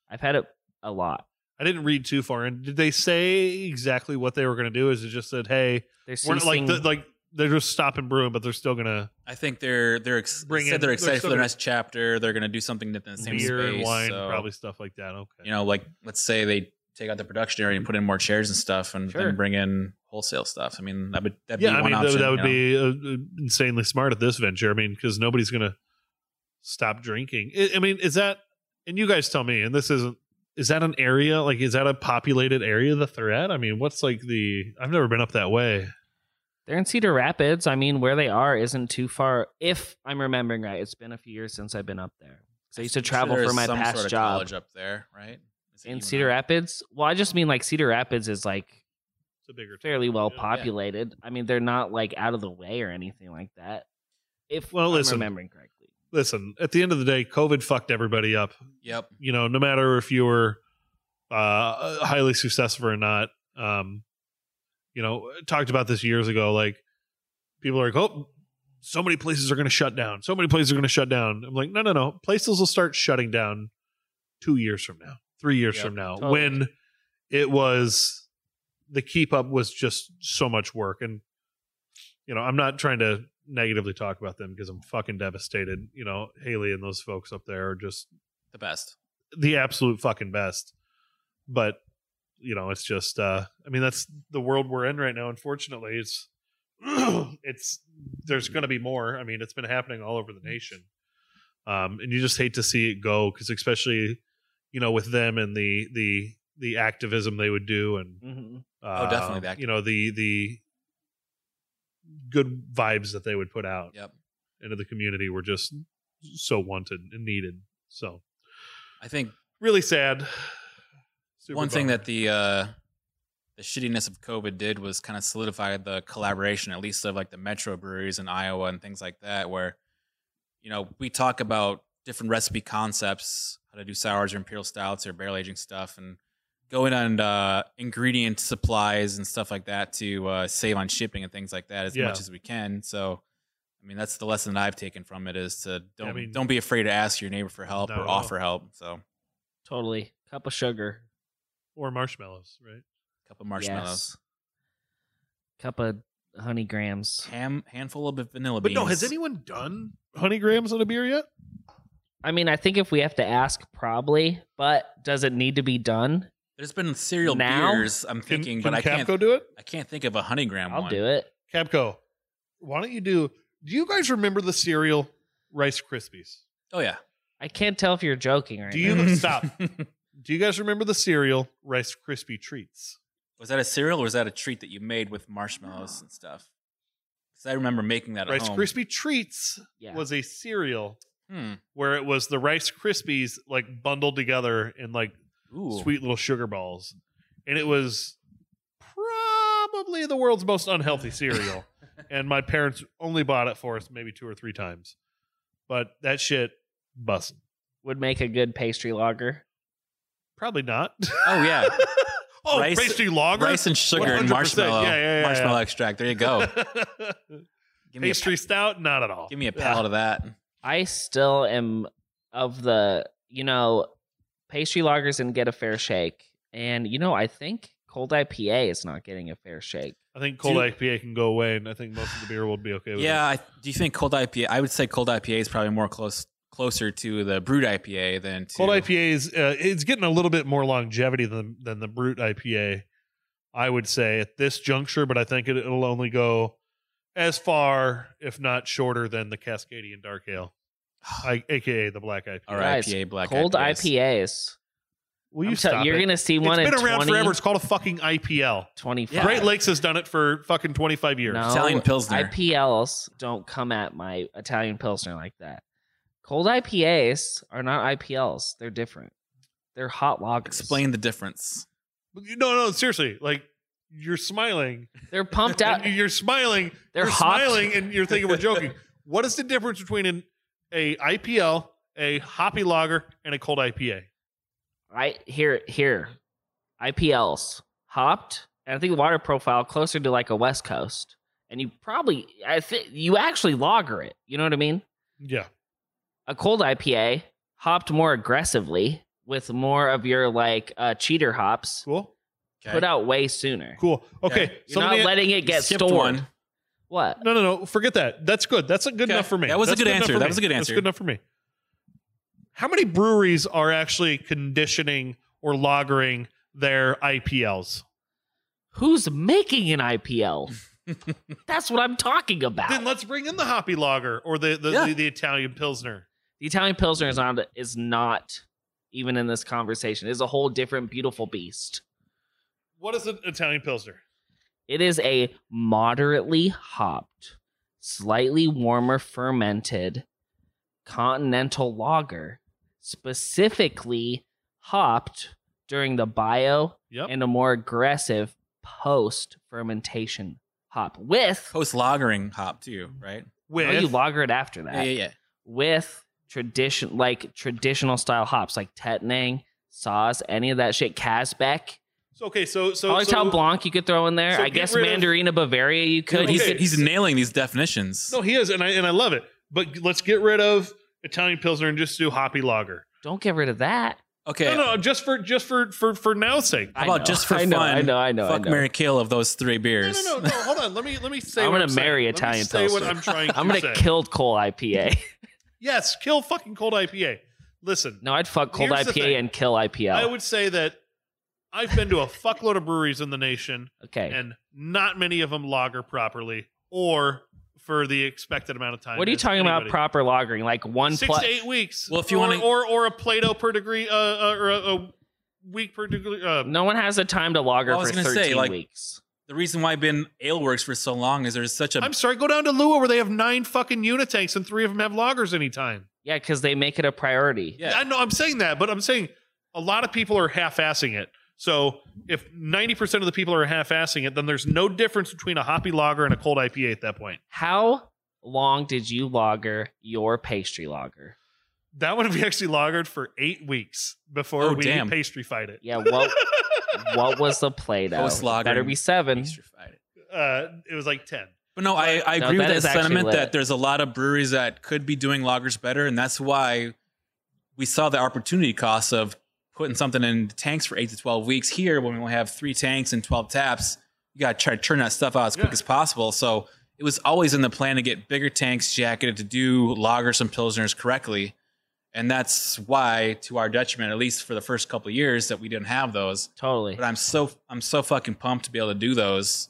Speaker 2: I've had it a lot.
Speaker 1: I didn't read too far. And did they say exactly what they were going to do? Is it just said, hey,
Speaker 2: They're
Speaker 1: we're not, like
Speaker 2: ceasing-
Speaker 1: the, like they're just stopping brewing, but they're still going to
Speaker 3: I think they're they're ex-
Speaker 1: Bring
Speaker 3: said
Speaker 1: in-
Speaker 3: they're
Speaker 1: they're
Speaker 3: excited for
Speaker 1: still
Speaker 3: their
Speaker 1: gonna-
Speaker 3: next chapter. They're going to do something in the same
Speaker 1: beer
Speaker 3: space.
Speaker 1: and wine,
Speaker 3: so,
Speaker 1: probably stuff like that. Okay,
Speaker 3: you know, like let's say they take out the production area and put in more chairs and stuff, and
Speaker 2: Sure.
Speaker 3: then bring in wholesale stuff. I mean, that would that'd
Speaker 1: yeah,
Speaker 3: be
Speaker 1: I
Speaker 3: one
Speaker 1: mean
Speaker 3: option,
Speaker 1: that, that would
Speaker 3: you know?
Speaker 1: be uh, uh, insanely smart at this venture. I mean, because nobody's gonna stop drinking. I, I mean, is that? And you guys tell me. And this isn't. Is that an area? Like, is that a populated area? The threat. I mean, what's like the? I've never been up that way.
Speaker 2: They're in Cedar Rapids. I mean, where they are isn't too far. If I'm remembering right, it's been a few years since I've been up there. So I used to
Speaker 3: I'm sure
Speaker 2: travel
Speaker 3: there
Speaker 2: for
Speaker 3: is
Speaker 2: my
Speaker 3: some
Speaker 2: past
Speaker 3: sort of
Speaker 2: job
Speaker 3: college up there, right? Is it
Speaker 2: in
Speaker 3: even
Speaker 2: Cedar
Speaker 3: up?
Speaker 2: Rapids. Well, I just mean like Cedar Rapids is like
Speaker 1: It's a bigger. town.
Speaker 2: fairly well
Speaker 1: Yeah.
Speaker 2: populated. I mean, they're not like out of the way or anything like that. If
Speaker 1: Well,
Speaker 2: I'm
Speaker 1: listen.
Speaker 2: remembering correctly,
Speaker 1: Listen, at the end of the day, COVID fucked everybody up.
Speaker 3: Yep.
Speaker 1: You know, no matter if you were uh, highly successful or not. Um, you know, talked about this years ago. Like people are like, oh, so many places are going to shut down. So many places are going to shut down. I'm like, no, no, no. Places will start shutting down two years from now, three years
Speaker 3: Yeah,
Speaker 1: from now,
Speaker 2: totally.
Speaker 1: when it was the keep up was just so much work. And you know, I'm not trying to negatively talk about them because I'm fucking devastated. You know, Haley and those folks up there are just
Speaker 3: The best.
Speaker 1: the absolute fucking best. But you know, it's just uh I mean that's the world we're in right now, unfortunately. It's it's there's gonna be more. I mean, it's been happening all over the nation. Um and you just hate to see it go because especially, you know, with them and the the the activism they would do and
Speaker 2: hmm
Speaker 1: uh,
Speaker 3: Oh, definitely the
Speaker 1: you know the the good vibes that they would put out
Speaker 3: Yep.
Speaker 1: into the community were just so wanted and needed. So
Speaker 3: I think
Speaker 1: really sad. Super
Speaker 3: one thing
Speaker 1: bummer.
Speaker 3: that the uh, the shittiness of COVID did was kind of solidify the collaboration, at least of like the metro breweries in Iowa and things like that, where you know we talk about different recipe concepts, how to do sours or imperial stouts or barrel aging stuff, and go in on uh, ingredient supplies and stuff like that to uh, save on shipping and things like that as
Speaker 1: Yeah.
Speaker 3: much as we can. So. I mean that's the lesson that I've taken from it is to don't
Speaker 1: mean-
Speaker 3: don't be afraid to ask your neighbor for help
Speaker 1: Not
Speaker 3: or
Speaker 1: at all.
Speaker 3: offer help. So a
Speaker 2: Totally. Cup of sugar.
Speaker 1: or marshmallows, right?
Speaker 3: couple marshmallows,
Speaker 2: Cup of honey grams.
Speaker 3: ham handful of vanilla
Speaker 1: But
Speaker 3: beans.
Speaker 1: no, has anyone done honey grams on a beer yet?
Speaker 2: I mean, I think if we have to ask, probably, but does it need to be done?
Speaker 3: There's been cereal
Speaker 2: Now?
Speaker 3: beers. I'm
Speaker 1: Can,
Speaker 3: thinking,
Speaker 1: can
Speaker 3: but I
Speaker 1: Capco
Speaker 3: can't.
Speaker 1: do it?
Speaker 3: I can't think of a honey gram
Speaker 2: I'll
Speaker 3: one.
Speaker 2: do it.
Speaker 1: Capco, why don't you do? Do you guys remember the cereal Rice Krispies?
Speaker 3: Oh yeah.
Speaker 2: I can't tell if you're joking right
Speaker 1: Do you-
Speaker 2: now.
Speaker 1: Stop. Do you guys remember the cereal Rice Krispie treats?
Speaker 3: was that a cereal or was that a treat that you made with marshmallows and stuff? Because I remember making that
Speaker 1: Rice
Speaker 3: at home.
Speaker 1: Krispie treats
Speaker 2: Yeah.
Speaker 1: was a cereal
Speaker 3: Hmm.
Speaker 1: where it was the Rice Krispies like bundled together in like
Speaker 3: Ooh.
Speaker 1: sweet little sugar balls, and it was probably the world's most unhealthy cereal. and my parents only bought it for us maybe two or three times, but that shit busted.
Speaker 2: Would make a good pastry lager.
Speaker 1: Probably not.
Speaker 3: Oh yeah.
Speaker 1: oh,
Speaker 3: Rice-
Speaker 1: pastry lager,
Speaker 3: Rice and sugar and
Speaker 1: 100%.
Speaker 3: marshmallow.
Speaker 1: Yeah, yeah, yeah,
Speaker 3: marshmallow
Speaker 1: yeah.
Speaker 3: extract. There you go. Give me a,
Speaker 1: pastry stout, not at all.
Speaker 3: give me a pallet of that.
Speaker 2: I still am of the, you know, pastry lagers didn't get a fair shake. And, you know, I think cold IPA is not getting a fair shake.
Speaker 1: I think cold
Speaker 3: Do-
Speaker 1: IPA can go away, and I think most of the beer will be okay with
Speaker 3: Yeah. I, do you think cold IPA? I would say cold IPA is probably more close closer to the brewed IPA than to
Speaker 1: Cold IPAs, uh, it's getting a little bit more longevity than than the brute IPA, I would say at this juncture. But I think it, it'll only go as far, if not shorter, than the Cascadian Dark Ale, I, aka the Black IPA.
Speaker 3: All right,
Speaker 2: Guys,
Speaker 3: IPA black
Speaker 2: cold
Speaker 3: IPAs.
Speaker 2: IPAs.
Speaker 1: will you
Speaker 2: I'm tell-
Speaker 1: stop?
Speaker 2: you're
Speaker 1: it?
Speaker 2: going to see
Speaker 1: It's
Speaker 2: one in
Speaker 1: been around
Speaker 2: 20,
Speaker 1: forever. It's called a fucking IPL.
Speaker 2: 25.
Speaker 3: Yeah.
Speaker 1: Great Lakes has done it for fucking twenty five years.
Speaker 2: No,
Speaker 3: Italian Pilsner.
Speaker 2: IPLs don't come at my Italian Pilsner like that. Cold IPAs are not IPLs. They're different. They're hot lagers.
Speaker 3: Explain the difference.
Speaker 1: no, no, seriously, like. You're smiling.
Speaker 2: They're pumped out.
Speaker 1: And you're smiling.
Speaker 2: They're
Speaker 1: you're
Speaker 2: hot.
Speaker 1: smiling, and you're thinking we're joking. what is the difference between an a IPL, a hoppy lager, and a cold IPA?
Speaker 2: I here here. IPLs hopped, and I think water profile closer to like a West Coast. And you probably, I think you actually lager it. You know what I mean?
Speaker 1: Yeah,
Speaker 2: a cold IPA hopped more aggressively with more of your like uh, cheater hops
Speaker 1: cool,
Speaker 2: put out way sooner.
Speaker 1: cool. Okay,
Speaker 3: Okay.
Speaker 2: You're not letting it get
Speaker 3: Skipped
Speaker 2: stored.
Speaker 3: one.
Speaker 2: What?
Speaker 1: no, no, no. Forget that. That's good. That's good
Speaker 3: Okay.
Speaker 1: enough for me.
Speaker 3: That was a
Speaker 1: That's
Speaker 3: good
Speaker 1: enough
Speaker 3: answer.
Speaker 1: for
Speaker 3: That
Speaker 1: me.
Speaker 3: was a good
Speaker 1: That's
Speaker 3: answer.
Speaker 1: good enough for me. How many breweries are actually conditioning or lagering their IPLs?
Speaker 2: Who's making an IPL? That's what I'm talking about.
Speaker 1: Then let's bring in the hoppy lager or the the,
Speaker 3: Yeah.
Speaker 1: the, the Italian pilsner.
Speaker 2: the Italian Pilsner is not is not even in this conversation. It's a whole different beautiful beast.
Speaker 1: What is an Italian pilsner?
Speaker 2: It is a moderately hopped, slightly warmer fermented continental lager, specifically hopped during the bio
Speaker 1: Yep.
Speaker 2: and a more aggressive post fermentation hop with
Speaker 3: Post lagering hop too, right?
Speaker 1: With
Speaker 2: No, you lager it after that
Speaker 3: Yeah, yeah, yeah.
Speaker 2: with tradition like traditional style hops like Tetnang, Saws, any of that shit, Casbeck.
Speaker 1: So, okay, so so
Speaker 2: Always
Speaker 1: so,
Speaker 2: how Blanc you could throw in there.
Speaker 1: so
Speaker 2: I
Speaker 1: get
Speaker 2: guess
Speaker 1: rid of-
Speaker 2: Mandarina Bavaria you could.
Speaker 1: Okay.
Speaker 2: You
Speaker 3: He's,
Speaker 2: could
Speaker 3: he's nailing these definitions.
Speaker 1: No, he is, and I and I love it. But let's get rid of Italian Pilsner and just do Hoppy Lager.
Speaker 2: don't get rid of that.
Speaker 3: Okay.
Speaker 1: No, no, just for just for for for now's sake.
Speaker 3: How about just for
Speaker 2: I know,
Speaker 3: fun?
Speaker 2: I know, I know, I
Speaker 3: Fuck
Speaker 2: know.
Speaker 3: Mary Kill of those three
Speaker 1: No,
Speaker 3: beers.
Speaker 1: no, no, no. Hold on. Let me let me say.
Speaker 2: I'm
Speaker 1: what
Speaker 2: gonna
Speaker 1: saying.
Speaker 2: marry
Speaker 1: Let me
Speaker 2: Italian
Speaker 1: Say what
Speaker 2: toaster.
Speaker 1: I'm trying. To
Speaker 2: I'm gonna
Speaker 1: say.
Speaker 2: kill cold IPA.
Speaker 1: Yes, kill fucking cold IPA. Listen,
Speaker 2: No, I'd fuck cold
Speaker 1: Here's the
Speaker 2: IPA
Speaker 1: thing.
Speaker 2: and kill IPL.
Speaker 1: I would say that I've been to a fuckload of breweries in the nation,
Speaker 2: okay.
Speaker 1: and not many of them lager properly or for the expected amount of time.
Speaker 2: What are you
Speaker 1: as
Speaker 2: talking
Speaker 1: anybody.
Speaker 2: about? Proper lagering, like one
Speaker 1: Six
Speaker 2: plus.
Speaker 1: to eight weeks.
Speaker 3: Well, if you
Speaker 1: or,
Speaker 3: wanna-
Speaker 1: or or a Play-Doh per degree, uh, uh, or a, a week per degree. Uh,
Speaker 2: No one has the time to lager
Speaker 3: I was
Speaker 2: for
Speaker 3: gonna
Speaker 2: 13
Speaker 3: say, like-
Speaker 2: weeks.
Speaker 3: The reason why I've been ale works for so long is there's such a
Speaker 1: I'm sorry. Go down to Lua where they have nine fucking unitanks and three of them have loggers anytime.
Speaker 2: Yeah, because they make it a priority.
Speaker 3: yeah.
Speaker 1: I know I'm saying that, but I'm saying a lot of people are half-assing it. So if 90% of the people are half-assing it, then there's no difference between a hoppy lager and a cold IPA at that point.
Speaker 2: How long did you lager your pastry lager?
Speaker 1: That would be actually lagered for eight weeks before
Speaker 3: Oh,
Speaker 1: we
Speaker 3: damn.
Speaker 1: pastry fight it.
Speaker 2: Yeah, what what was the play doh?
Speaker 3: Post lagering.
Speaker 2: Better be seven.
Speaker 1: Uh, it was like 10.
Speaker 3: But no, I, I
Speaker 2: No,
Speaker 3: agree
Speaker 2: that
Speaker 3: with
Speaker 2: is
Speaker 3: that
Speaker 2: actually
Speaker 3: sentiment
Speaker 2: lit.
Speaker 3: that there's a lot of breweries that could be doing lagers better, and that's why we saw the opportunity cost of putting something in the tanks for eight to twelve weeks. Here, when we only have three tanks and twelve taps, you got to try to churn that stuff out as quick
Speaker 1: Yeah.
Speaker 3: as possible. So it was always in the plan to get bigger tanks jacketed to do lagers and pilsners correctly, and that's why, to our detriment, at least for the first couple of years, that we didn't have those
Speaker 2: Totally.
Speaker 3: but I'm so I'm so fucking pumped to be able to do those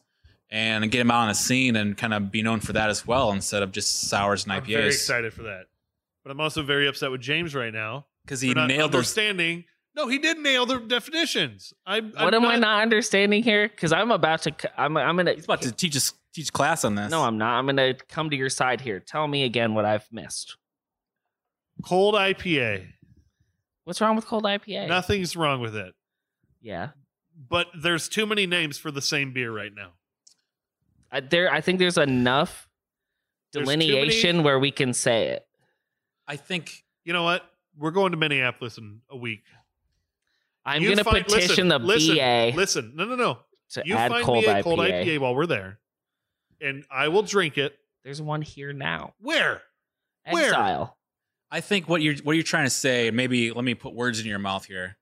Speaker 3: and get them out on the scene and kind of be known for that as well instead of just sours and
Speaker 1: I'm very
Speaker 3: IPAs
Speaker 1: excited for that. But I'm also very upset with James right now.
Speaker 3: because
Speaker 1: for
Speaker 3: he
Speaker 1: not
Speaker 3: nailed those.
Speaker 1: understanding. No, he did nail the definitions. I
Speaker 2: what am I not understanding here? Because I'm about to. c- I'm. I'm gonna.
Speaker 3: He's about to teach us teach class on this.
Speaker 2: No, I'm not. I'm gonna come to your side here. Tell me again what I've missed.
Speaker 1: cold IPA.
Speaker 2: What's wrong with cold IPA?
Speaker 1: Nothing's wrong with it.
Speaker 2: Yeah.
Speaker 1: But there's too many names for the same beer right now.
Speaker 2: I, there, I think there's enough
Speaker 1: There's too
Speaker 2: delineation where we can say it.
Speaker 3: I think
Speaker 1: You know what? We're going to Minneapolis in a week.
Speaker 2: I'm
Speaker 1: You
Speaker 2: going to
Speaker 1: find- listen,
Speaker 2: petition the
Speaker 1: listen,
Speaker 2: BA
Speaker 1: Listen, no, no, no.
Speaker 2: to
Speaker 1: You
Speaker 2: add
Speaker 1: find
Speaker 2: cold
Speaker 1: me a
Speaker 2: IPA.
Speaker 1: cold IPA while we're there, and I will drink it.
Speaker 2: There's one here now.
Speaker 1: Where? Where?
Speaker 2: Exile.
Speaker 3: I think what you're what you're trying to say, and maybe let me put words in your mouth here,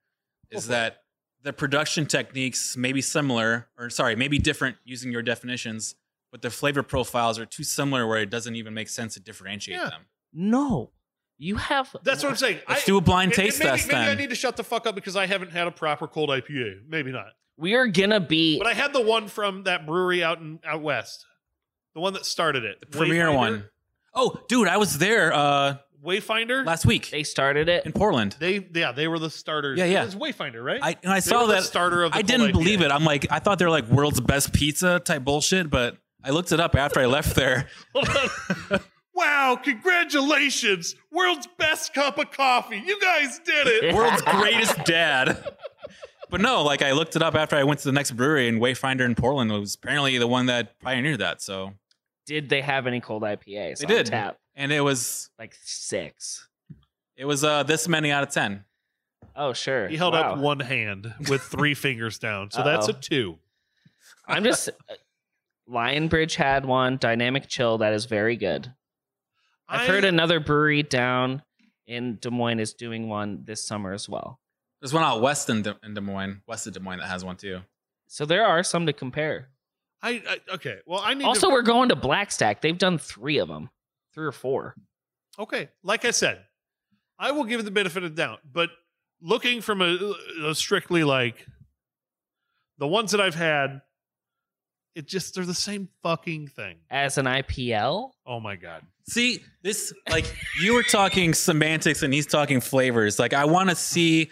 Speaker 1: Go
Speaker 3: is
Speaker 1: for it.
Speaker 3: that the production techniques may be similar, or sorry, may be different using your definitions, but the flavor profiles are too similar where it doesn't even make sense to differentiate
Speaker 1: Yeah.
Speaker 3: them.
Speaker 2: No, you have.
Speaker 1: That's what I'm saying.
Speaker 3: Let's
Speaker 1: I-
Speaker 3: do a blind
Speaker 1: and- and
Speaker 3: taste
Speaker 1: maybe,
Speaker 3: test
Speaker 1: Maybe I
Speaker 3: then.
Speaker 1: need to shut the fuck up because I haven't had a proper cold IPA. Maybe not.
Speaker 2: we are gonna be.
Speaker 1: But I had the one from that brewery out in out west, the one that started it. The
Speaker 3: Premier one. Oh, dude, I was there uh,
Speaker 1: Wayfinder.
Speaker 3: last week.
Speaker 2: they started it.
Speaker 3: in Portland.
Speaker 1: they yeah they were the starters.
Speaker 3: Yeah, yeah.
Speaker 1: It was Wayfinder, right?
Speaker 3: I and I
Speaker 1: They
Speaker 3: saw
Speaker 1: were the
Speaker 3: that.
Speaker 1: starter of. The
Speaker 3: I
Speaker 1: cold
Speaker 3: didn't
Speaker 1: IPA.
Speaker 3: believe it. I'm like, I thought they were like world's best pizza type bullshit, but I looked it up after I left there.
Speaker 1: Hold on. wow! Congratulations, world's best cup of coffee. You guys did it.
Speaker 3: World's greatest dad. But no, like I looked it up after I went to the next brewery and Wayfinder in Portland was apparently the one that pioneered that. So
Speaker 2: Did they have any cold IPAs?
Speaker 3: They
Speaker 2: on
Speaker 3: did.
Speaker 2: Tap
Speaker 3: and it was
Speaker 2: like six.
Speaker 3: it was uh this many out of ten.
Speaker 2: Oh sure.
Speaker 1: He held up
Speaker 2: Wow.
Speaker 1: one hand with three fingers down, so that's a
Speaker 2: Uh-oh.
Speaker 1: two.
Speaker 2: I'm just. uh, Lionbridge had one. Dynamic Chill that is very good. I've
Speaker 1: I-
Speaker 2: heard another brewery down in Des Moines is doing one this summer as well.
Speaker 3: There's one out west in, De- in Des Moines, west of Des Moines that has one too.
Speaker 2: So there are some to compare.
Speaker 1: I, I okay. Well, I need to-
Speaker 2: Also, we're going to Blackstack. They've done three of them, three or four.
Speaker 1: Okay, like I said, I will give it the benefit of the doubt, but looking from a, a strictly like the ones that I've had, it just they're the same fucking thing.
Speaker 2: As an IPL,
Speaker 1: Oh my god!
Speaker 3: See, this like you were talking semantics and he's talking flavors. Like I want to see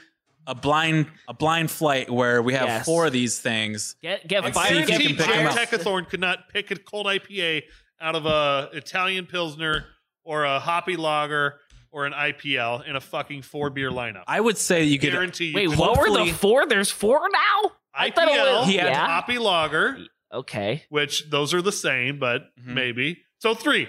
Speaker 3: a blind a blind flight where we have
Speaker 2: Yes.
Speaker 3: four of these things.
Speaker 2: get get
Speaker 1: I
Speaker 3: And see
Speaker 2: fired.
Speaker 3: if you
Speaker 1: guarantee
Speaker 3: can pick 'em
Speaker 1: Jared
Speaker 3: up.
Speaker 1: Heckathorn could not pick a cold IPA out of a Italian Pilsner or a Hoppy Lager or an IPL in a fucking four beer lineup. I
Speaker 3: I would say you could
Speaker 1: guarantee.
Speaker 2: Wait,
Speaker 1: you
Speaker 2: what were
Speaker 3: Hopefully-
Speaker 2: the four? There's four now. I thought it
Speaker 1: IPL,
Speaker 2: was
Speaker 3: He had
Speaker 2: yeah.
Speaker 1: Hoppy Lager.
Speaker 2: Okay,
Speaker 1: which those are the same, but
Speaker 3: Mhm.
Speaker 1: maybe. So three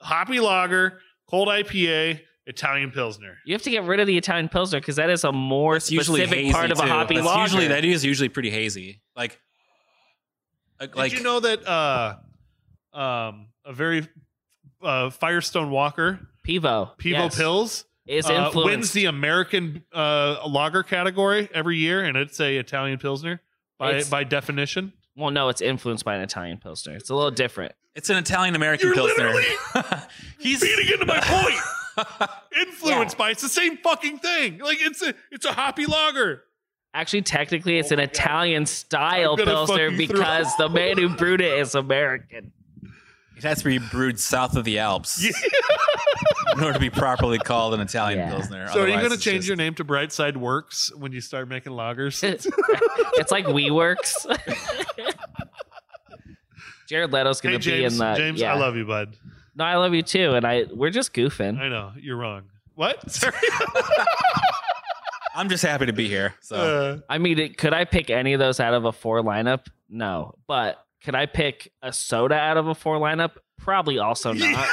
Speaker 1: hoppy lager, cold IPA, Italian Pilsner.
Speaker 2: you have to get rid of the Italian Pilsner because that is a more
Speaker 3: it's usually
Speaker 2: specific
Speaker 3: hazy
Speaker 2: part of a
Speaker 3: too.
Speaker 2: hobby
Speaker 3: That's
Speaker 2: lager.
Speaker 3: Usually that is usually pretty hazy. Like like, like
Speaker 1: Did you know that uh, um, a very uh, Firestone Walker,
Speaker 2: Pivo,
Speaker 1: Pivo
Speaker 2: yes.
Speaker 1: Pills,
Speaker 2: is
Speaker 1: uh,
Speaker 2: influenced.
Speaker 1: wins the American uh, lager category every year, and it's a Italian Pilsner by
Speaker 2: It's-
Speaker 1: by definition.
Speaker 2: well, no, it's influenced by an Italian pilsner. It's a little different.
Speaker 3: It's an Italian American
Speaker 1: You're
Speaker 3: pilsner.
Speaker 1: literally
Speaker 3: He's
Speaker 1: Feeding into my point. Influenced by it's the same fucking thing. Like it's a it's a hoppy lager.
Speaker 2: Actually, technically, it's
Speaker 1: Oh
Speaker 2: an
Speaker 1: my God.
Speaker 2: Italian style
Speaker 1: I'm gonna
Speaker 2: pilsner
Speaker 1: fucking throw-
Speaker 2: because the man who brewed it is American.
Speaker 3: it has to be brewed south of the Alps
Speaker 1: Yeah.
Speaker 3: in order to be properly called an Italian
Speaker 2: Yeah.
Speaker 3: pilsner.
Speaker 1: So are you
Speaker 3: Otherwise,
Speaker 1: going to
Speaker 3: it's
Speaker 1: change
Speaker 3: just-
Speaker 1: your name to Brightside Works when you start making lagers?
Speaker 2: it's like WeWorks. Jared Leto's gonna
Speaker 1: hey
Speaker 2: be
Speaker 1: James,
Speaker 2: in the
Speaker 1: James,
Speaker 2: yeah.
Speaker 1: I love you, bud.
Speaker 2: No, I love you too, and I we're just goofing.
Speaker 1: I know you're wrong. What? Sorry.
Speaker 3: I'm just happy to be here. So
Speaker 1: Uh,
Speaker 2: I mean, it- could I pick any of those out of a four lineup? No, but could I pick a soda out of a four lineup? Probably also not.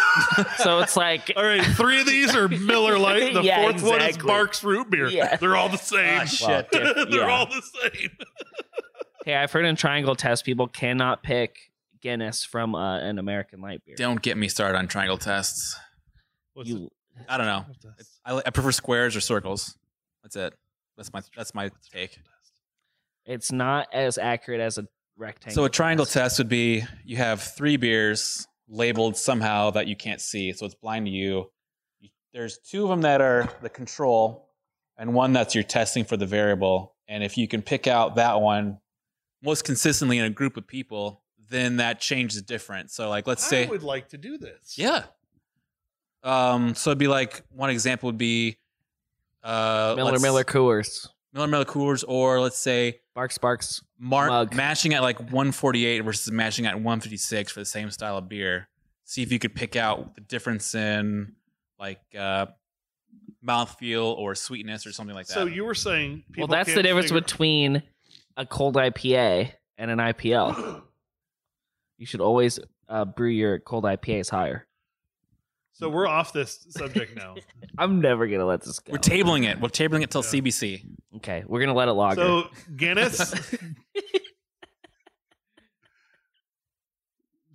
Speaker 2: So it's like
Speaker 1: all right, three of these are Miller Lite. The
Speaker 2: Yeah,
Speaker 1: fourth one is
Speaker 2: exactly.
Speaker 1: Barks Root Beer.
Speaker 2: Yeah.
Speaker 1: They're all the same.
Speaker 3: Ah, shit.
Speaker 2: well, diff-
Speaker 1: They're
Speaker 2: yeah.
Speaker 1: all the same.
Speaker 2: Hey, I've heard in triangle test people cannot pick Guinness from uh, an American light beer.
Speaker 3: don't get me started on triangle tests.
Speaker 1: What's
Speaker 2: You,
Speaker 3: I don't know.
Speaker 1: the- what's this?
Speaker 3: I, li- I prefer squares or circles. That's it. That's my that's my take.
Speaker 2: it's not as accurate as a rectangle.
Speaker 3: So a triangle test would be you have three beers labeled somehow that you can't see, so it's blind to you. You- There's two of them that are the control, and one that's you're testing for the variable. And if you can pick out that one most consistently in a group of people, then that change is different. So like let's say
Speaker 1: I would like to do this.
Speaker 3: yeah. Um, so it'd be like one example would be uh,
Speaker 2: Miller
Speaker 3: let's-
Speaker 2: Miller Coors,
Speaker 3: Miller Miller Coors, or let's say
Speaker 2: Bark Sparks.
Speaker 3: Mark
Speaker 2: Mug.
Speaker 3: matching at like 148 versus matching at 156 for the same style of beer. See if you could pick out the difference in like uh, mouthfeel or sweetness or something like that.
Speaker 1: So you were saying people
Speaker 2: well, that's
Speaker 1: can't
Speaker 2: the difference
Speaker 1: figure-
Speaker 2: between a cold IPA and an IPL. You should always uh, brew your cold IPAs higher.
Speaker 1: So we're off this subject now.
Speaker 2: I'm never gonna let this go.
Speaker 3: We're tabling it. We're tabling it till
Speaker 1: Yeah.
Speaker 3: CBC.
Speaker 2: okay, we're gonna let it log.
Speaker 1: so Guinness.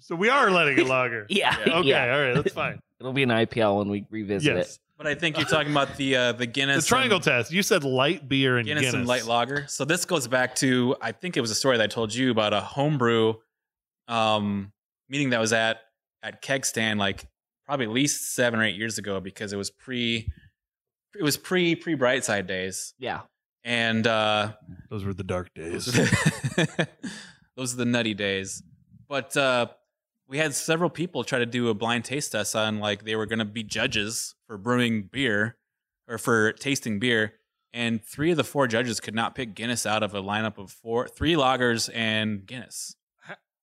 Speaker 1: so we are letting it lager.
Speaker 2: yeah, yeah,
Speaker 1: Okay, all right, that's fine.
Speaker 2: It'll be an IPL when we revisit
Speaker 1: yes,
Speaker 2: it.
Speaker 3: But I think you're talking about the uh, the
Speaker 1: the
Speaker 3: Guinness
Speaker 1: triangle
Speaker 3: and,
Speaker 1: test. You said light beer and
Speaker 3: Guinness,
Speaker 1: Guinness,
Speaker 3: and light lager. So this goes back to I think it was a story that I told you about a homebrew um, meeting that was at at keg stand like probably at least seven or eight years ago because it was pre it was pre pre brightside days
Speaker 2: Yeah,
Speaker 3: and uh
Speaker 1: Those were the dark
Speaker 3: those
Speaker 1: days.
Speaker 3: are the, those are the nutty days but uh we had several people try to do a blind taste test on like they were going to be judges for brewing beer or for tasting beer and three of the four judges could not pick guinness out of a lineup of four three lagers and guinness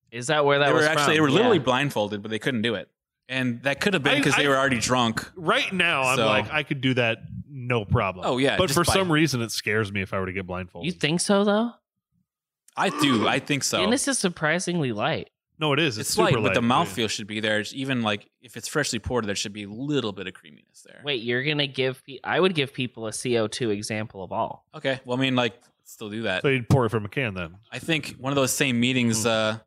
Speaker 2: is that where that
Speaker 3: they
Speaker 2: was
Speaker 3: were actually
Speaker 2: from?
Speaker 3: they were literally
Speaker 2: Yeah.
Speaker 3: blindfolded but they couldn't do it and that could have been
Speaker 1: I-
Speaker 3: because they
Speaker 1: I-
Speaker 3: were already drunk
Speaker 1: right now, I'm
Speaker 3: So-
Speaker 1: like, I could do that, no problem.
Speaker 3: Oh, yeah,
Speaker 1: but
Speaker 3: just
Speaker 1: for
Speaker 3: by-
Speaker 1: some reason, it scares me if I were to get blindfolded.
Speaker 2: You think so though?
Speaker 3: i do i think so
Speaker 2: Guinness is surprisingly light.
Speaker 1: no, it is. It's,
Speaker 3: It's,
Speaker 1: super
Speaker 3: light, but the
Speaker 1: light,
Speaker 3: mouthfeel should be there. It's even like if it's freshly poured, there should be a little bit of creaminess there.
Speaker 2: Wait, you're gonna give? Pe- I would give people a CO2 example of all.
Speaker 3: Okay. Well, I mean, like, still do that.
Speaker 1: So you'd pour it from a can then.
Speaker 3: I think one of those same meetings, uh,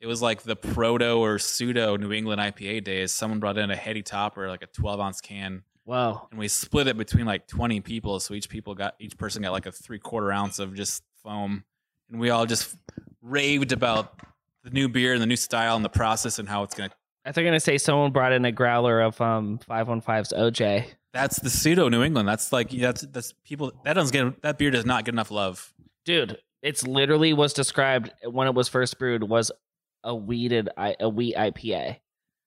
Speaker 3: it was like the proto or pseudo New England IPA days. Someone brought in a heady topper, like a 12 ounce can,
Speaker 2: Whoa,
Speaker 3: and we split it between like 20 people. So each people got, each person got like a three quarter ounce of just foam. And we all just raved about the new beer and the new style and the process and how it's going to.
Speaker 2: I thought you were gonna say someone brought in a growler of um 515's OJ.
Speaker 3: That's the pseudo New England. That's like, yeah, that's, that's people, that doesn't get, that beer does not get enough love.
Speaker 2: Dude, it's literally was described when it was first brewed was a weeded I- a wheat IPA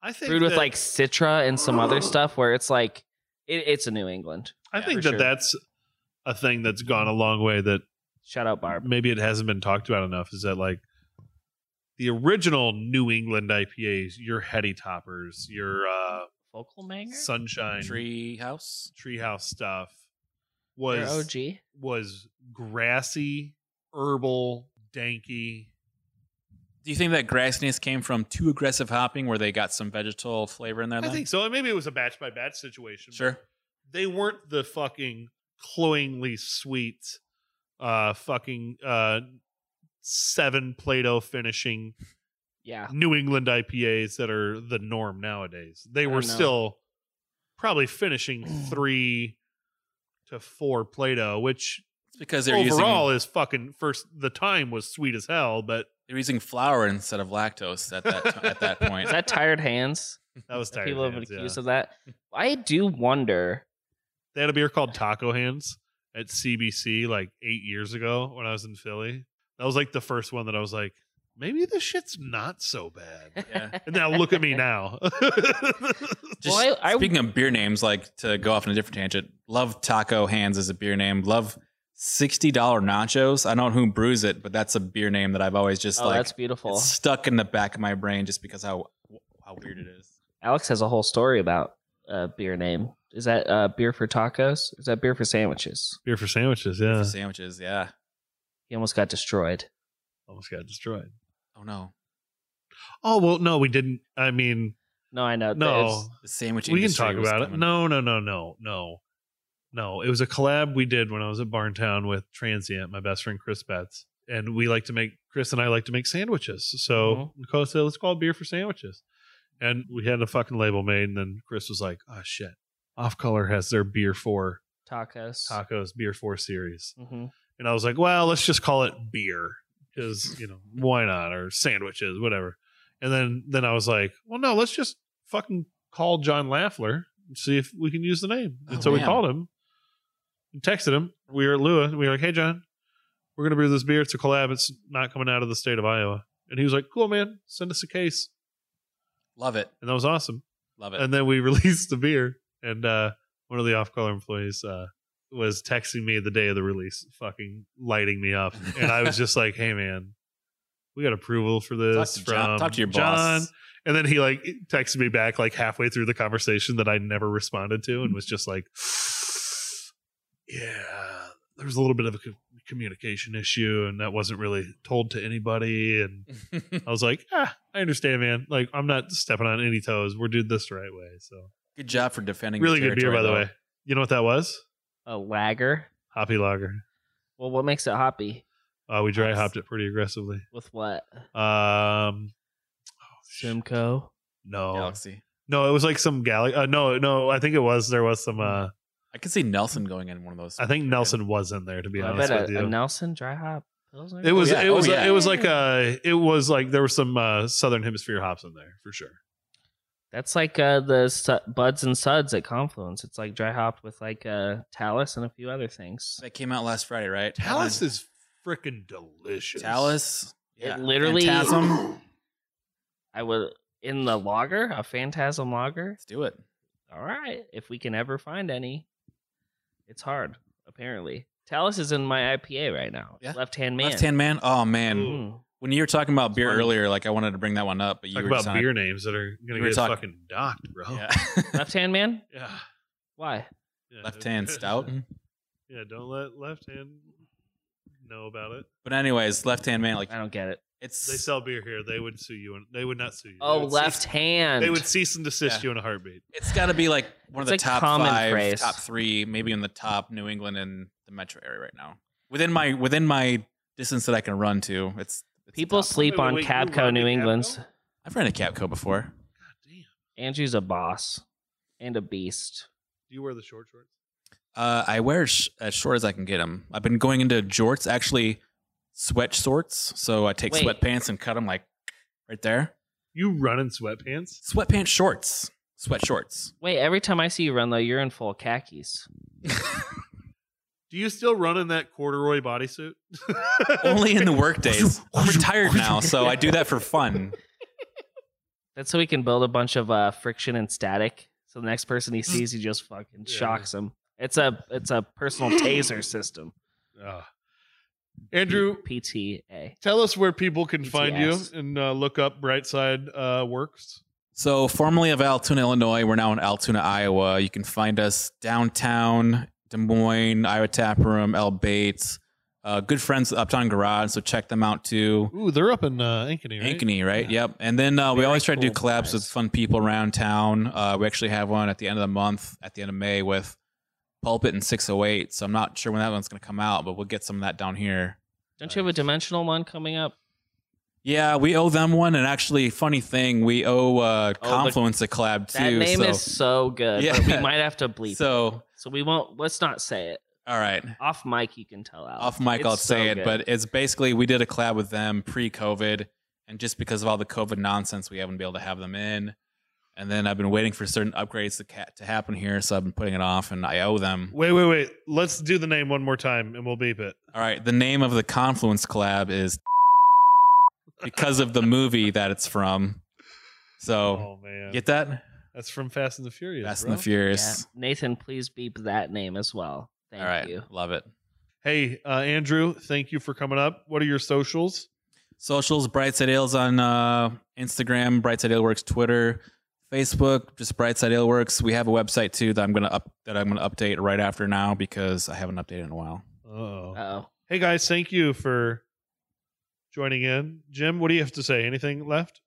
Speaker 1: I think
Speaker 2: brewed with
Speaker 1: that-
Speaker 2: like citra and some other stuff where it's like it, it's a New England.
Speaker 1: I
Speaker 3: Yeah,
Speaker 1: think
Speaker 3: for
Speaker 1: that
Speaker 3: sure.
Speaker 1: that's a thing that's gone a long way that
Speaker 2: Shout out Barb.
Speaker 1: maybe it hasn't been talked about enough is that like the original New England IPAs, your heady toppers, your uh,
Speaker 2: Vocal Manger.
Speaker 1: sunshine
Speaker 3: Tree house.
Speaker 1: treehouse stuff
Speaker 2: They're
Speaker 1: was
Speaker 2: OG.
Speaker 1: was grassy, herbal, danky.
Speaker 3: Do you think that grassiness came from too aggressive hopping where they got some vegetal flavor in there?
Speaker 1: I
Speaker 3: then?
Speaker 1: think so. And maybe it was a batch by batch situation. but
Speaker 3: Sure.
Speaker 1: They weren't the fucking cloyingly sweet, uh, fucking uh, seven Play-Doh finishing
Speaker 2: Yeah.
Speaker 1: New England IPAs that are the norm nowadays. They
Speaker 2: I
Speaker 1: were
Speaker 2: don't know.
Speaker 1: still probably finishing three to four Play-Doh, which
Speaker 3: It's because they're
Speaker 1: overall
Speaker 3: using
Speaker 1: is fucking first. The time was sweet as hell, but
Speaker 3: they're using flour instead of lactose at that t- at that point.
Speaker 2: Is that tired hands?
Speaker 1: that was tired.
Speaker 2: People have been
Speaker 1: hands, yeah.
Speaker 2: accused of that. I do wonder.
Speaker 1: They had a beer called Taco Hands at CBC like eight years ago when I was in Philly. That was like the first one that I was like, maybe this shit's not so bad.
Speaker 3: Yeah.
Speaker 1: And now look at me now.
Speaker 3: Just
Speaker 2: Well, I- I-
Speaker 3: speaking of beer names, like to go off on a different tangent. Love Taco Hands is a beer name. Love sixty dollar nachos. I don't know who brews it, but that's a beer name that I've always just
Speaker 2: oh,
Speaker 3: like
Speaker 2: that's beautiful.
Speaker 3: it's stuck in the back of my brain just because how how weird it is.
Speaker 2: Alex has a whole story about uh, beer name. Is that uh, beer for tacos? Is that beer for sandwiches?
Speaker 1: beer for sandwiches,
Speaker 3: For
Speaker 1: yeah.
Speaker 3: Sandwiches, yeah.
Speaker 2: He almost got destroyed.
Speaker 1: Almost got destroyed.
Speaker 3: Oh no,
Speaker 1: Oh well, no, we didn't. I mean,
Speaker 2: No, I
Speaker 3: Uh,
Speaker 2: know.
Speaker 1: no,
Speaker 3: the sandwich.
Speaker 1: we can
Speaker 3: industry
Speaker 1: talk
Speaker 3: was
Speaker 1: about it.
Speaker 3: coming.
Speaker 1: No, no, no, no, no, no. It was a collab we did when I was at Barntown with Transient, my best friend Chris Betts, and we like to make Chris and I like to make sandwiches. So Nicole said, "Let's call it beer for sandwiches," and we had a fucking label made. And then Chris was like, "Oh shit, Off Color has their beer for
Speaker 2: Tacos.
Speaker 1: tacos beer for series,"
Speaker 2: hmm
Speaker 1: and I was like, "Well, let's just call it beer because you know why not or sandwiches, whatever." And then then I was like, "Well, no, let's just fucking call John Laffler and see if we can use the name." And
Speaker 3: Oh,
Speaker 1: so we
Speaker 3: man.
Speaker 1: called him, and texted him. We were at Lua, and we were like, "Hey, John, we're gonna brew this beer. It's a collab. It's not coming out of the state of Iowa." And he was like, "Cool, man. Send us a case."
Speaker 3: Love it,
Speaker 1: And that was awesome.
Speaker 3: love it.
Speaker 1: And then we released the beer, and uh, one of the off-color employees uh, was texting me the day of the release, fucking lighting me up, and I was just like, "Hey, man, we got approval for
Speaker 3: talk,
Speaker 1: this
Speaker 3: to
Speaker 1: from
Speaker 3: John, talk to your
Speaker 1: John."
Speaker 3: boss.
Speaker 1: And then he like texted me back like halfway through the conversation that I never responded to, and was just like, "Yeah." There was a little bit of a co- communication issue, and that wasn't really told to anybody. And I was like, ah, I understand, man. Like, I'm not stepping on any toes. We're doing this the right way. So,
Speaker 3: good job for defending.
Speaker 1: really
Speaker 3: your
Speaker 1: good beer, by
Speaker 3: territory,
Speaker 1: the
Speaker 3: though.
Speaker 1: way. You know what that was?
Speaker 2: A lager.
Speaker 1: Hoppy lager.
Speaker 2: Well, what makes it hoppy?
Speaker 1: Uh, we dry hopped it pretty aggressively.
Speaker 2: With what?
Speaker 1: Um,
Speaker 2: Simcoe.
Speaker 1: no,
Speaker 3: Galaxy.
Speaker 1: no, it was like some galley. Uh, no, no, I think it was. There was some.
Speaker 3: Hmm.
Speaker 1: Uh,
Speaker 3: I could see Nelson going in one of those.
Speaker 1: I think Nelson was in there. To be
Speaker 2: I
Speaker 1: honest
Speaker 2: bet
Speaker 1: with
Speaker 2: a, a
Speaker 1: you,
Speaker 2: Nelson dry hop. Pilsner?
Speaker 1: it was.
Speaker 3: yeah.
Speaker 1: It was.
Speaker 3: Oh, yeah.
Speaker 1: It was like a. It was like there were some uh, Southern Hemisphere hops in there for sure.
Speaker 2: That's like uh, the su- buds and suds at Confluence. It's like dry hopped with like uh, Talus and a few other things.
Speaker 3: that came out last Friday, right?
Speaker 1: Talus is freaking delicious.
Speaker 3: Talus.
Speaker 2: It literally-
Speaker 3: Phantasm.
Speaker 2: I would in the lager, a phantasm lager.
Speaker 3: Let's do it.
Speaker 2: All right, if we can ever find any, it's hard apparently. Talus is in my IPA right now.
Speaker 3: Yeah.
Speaker 2: Left hand man.
Speaker 3: Left hand man. Oh man,
Speaker 1: Ooh.
Speaker 2: Mm.
Speaker 3: when you were talking about beer
Speaker 2: Funny.
Speaker 3: earlier, like I wanted to bring that one up, but you
Speaker 1: Talk
Speaker 3: were
Speaker 1: about
Speaker 3: just on a-
Speaker 1: beer Oh. names that are
Speaker 3: we
Speaker 1: gonna
Speaker 3: were
Speaker 1: get
Speaker 3: talking-
Speaker 1: fucking docked, bro.
Speaker 3: Yeah.
Speaker 2: Left hand man.
Speaker 1: Yeah.
Speaker 2: Why?
Speaker 1: Yeah.
Speaker 3: Left hand stout.
Speaker 1: Yeah, don't let left hand know about it.
Speaker 3: But anyways, left hand man. Like
Speaker 2: I don't get it.
Speaker 3: it's
Speaker 1: They sell beer here. They would sue you, and they would not sue you. They
Speaker 2: Oh,
Speaker 1: would cease-
Speaker 2: left hand.
Speaker 1: They would cease and desist
Speaker 3: Yeah.
Speaker 1: you in a heartbeat.
Speaker 3: it's got to be like one of the
Speaker 2: It's like
Speaker 3: top
Speaker 2: common
Speaker 3: five,
Speaker 2: phrase.
Speaker 3: top three, maybe in the top New England and the metro area right now. Within my within my distance that I can run to, it's, it's
Speaker 2: People
Speaker 3: the top one.
Speaker 2: sleep
Speaker 1: Wait, wait,
Speaker 2: on
Speaker 1: wait, you
Speaker 2: Cabco,
Speaker 1: run
Speaker 2: New
Speaker 1: the Cabco?
Speaker 2: England's.
Speaker 3: I've ran a Capco before.
Speaker 1: God damn.
Speaker 2: Andrew's a boss and a beast.
Speaker 1: Do you wear the short shorts?
Speaker 3: Uh, I wear sh- as short as I can get them. I've been going into jorts, actually sweat shorts. So I take
Speaker 2: Wait.
Speaker 3: sweatpants and cut them like right there.
Speaker 1: You run in sweatpants?
Speaker 3: Sweatpants shorts, sweat shorts.
Speaker 2: Wait, every time I see you run though, you're in full khakis.
Speaker 1: Do you still run in that corduroy bodysuit?
Speaker 3: Only in the work days. I'm retired now, so I do that for fun.
Speaker 2: That's so he can build a bunch of uh, friction and static. So the next person
Speaker 3: Mm.
Speaker 2: he sees, he just fucking
Speaker 1: Yeah.
Speaker 2: shocks him. It's a it's a personal taser system.
Speaker 1: Ah. Andrew,
Speaker 2: PTA.
Speaker 1: tell us where people
Speaker 3: E
Speaker 1: can find you
Speaker 2: BTS.
Speaker 1: and uh, look up Brightside uh, Works.
Speaker 3: So, formerly of Altoona, Illinois, we're now in Altoona, Iowa. You can find us downtown, Des Moines, Iowa Tap Room, El Bates. Uh, good friends with Uptown Garage, so check them out too.
Speaker 1: Ooh, they're up in uh, Ankeny, right?
Speaker 3: Ankeny, right? Yep. And then uh, we
Speaker 2: Very
Speaker 3: always try to do
Speaker 2: cool
Speaker 3: collabs
Speaker 2: guys.
Speaker 3: with fun people around town. Uh, we actually have one at the end of the month, at the end of May, with Pulpit and 608. So I'm not sure when that one's going to come out, but we'll get some of that down here.
Speaker 2: Don't you have a dimensional one coming up?
Speaker 3: Yeah, we owe them one. And actually, funny thing, we owe uh,
Speaker 2: Oh, the-
Speaker 3: Confluence a collab too.
Speaker 2: That name
Speaker 3: so,
Speaker 2: is so good.
Speaker 3: Yeah.
Speaker 2: But we might have to bleep. So,
Speaker 3: so
Speaker 2: so we won't. Let's not say it.
Speaker 3: all right.
Speaker 2: Off mic, you can tell Alex.
Speaker 3: Off mic,
Speaker 2: It's
Speaker 3: I'll
Speaker 2: so
Speaker 3: say it,
Speaker 2: good.
Speaker 3: but it's basically we did a collab with them pre COVID. And just because of all the COVID nonsense, we haven't been able to have them in. And then I've been waiting for certain upgrades to, ca- to happen here. So I've been putting it off and I owe them.
Speaker 1: Wait, wait, wait. Let's do the name one more time and we'll beep it.
Speaker 3: All right. The name of the Confluence collab is because of the movie that it's from. So
Speaker 1: Oh, man.
Speaker 3: get that?
Speaker 1: That's from Fast and the Furious.
Speaker 3: Fast
Speaker 1: bro.
Speaker 3: and the Furious.
Speaker 2: Yeah. Nathan, please beep that name as well. Thank
Speaker 3: All right.
Speaker 2: you.
Speaker 3: Love it.
Speaker 1: Hey, uh, Andrew, thank you for coming up. What are your socials?
Speaker 3: Socials, Brightside Ales on uh, Instagram, Brightside Ale Works Twitter, Facebook, just Brightside Ale Works. We have a website too that I'm gonna up that I'm gonna update right after now because I haven't updated in a while.
Speaker 1: Oh.
Speaker 3: Uh,
Speaker 2: Oh,
Speaker 1: hey, guys, thank you for joining in. Jim, what do you have to say? Anything left?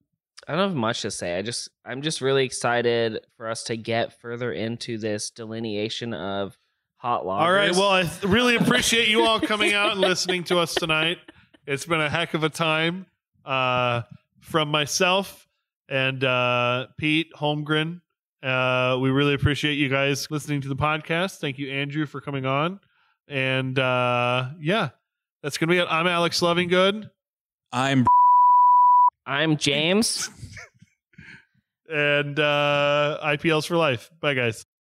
Speaker 2: I don't have much to say. I just, I'm just really excited for us to get further into this delineation of hot loggers.
Speaker 1: All right. Well, I th- really appreciate you all coming out and listening to us tonight. It's been a heck of a time. Uh, from myself and uh, Pete Holmgren, uh, we really appreciate you guys listening to the podcast. Thank you, Andrew, for coming on. And uh, yeah, that's going to be it. I'm Alex Lovingood.
Speaker 3: I'm
Speaker 2: I'm James.
Speaker 1: and uh, IPLs for life. Bye, guys.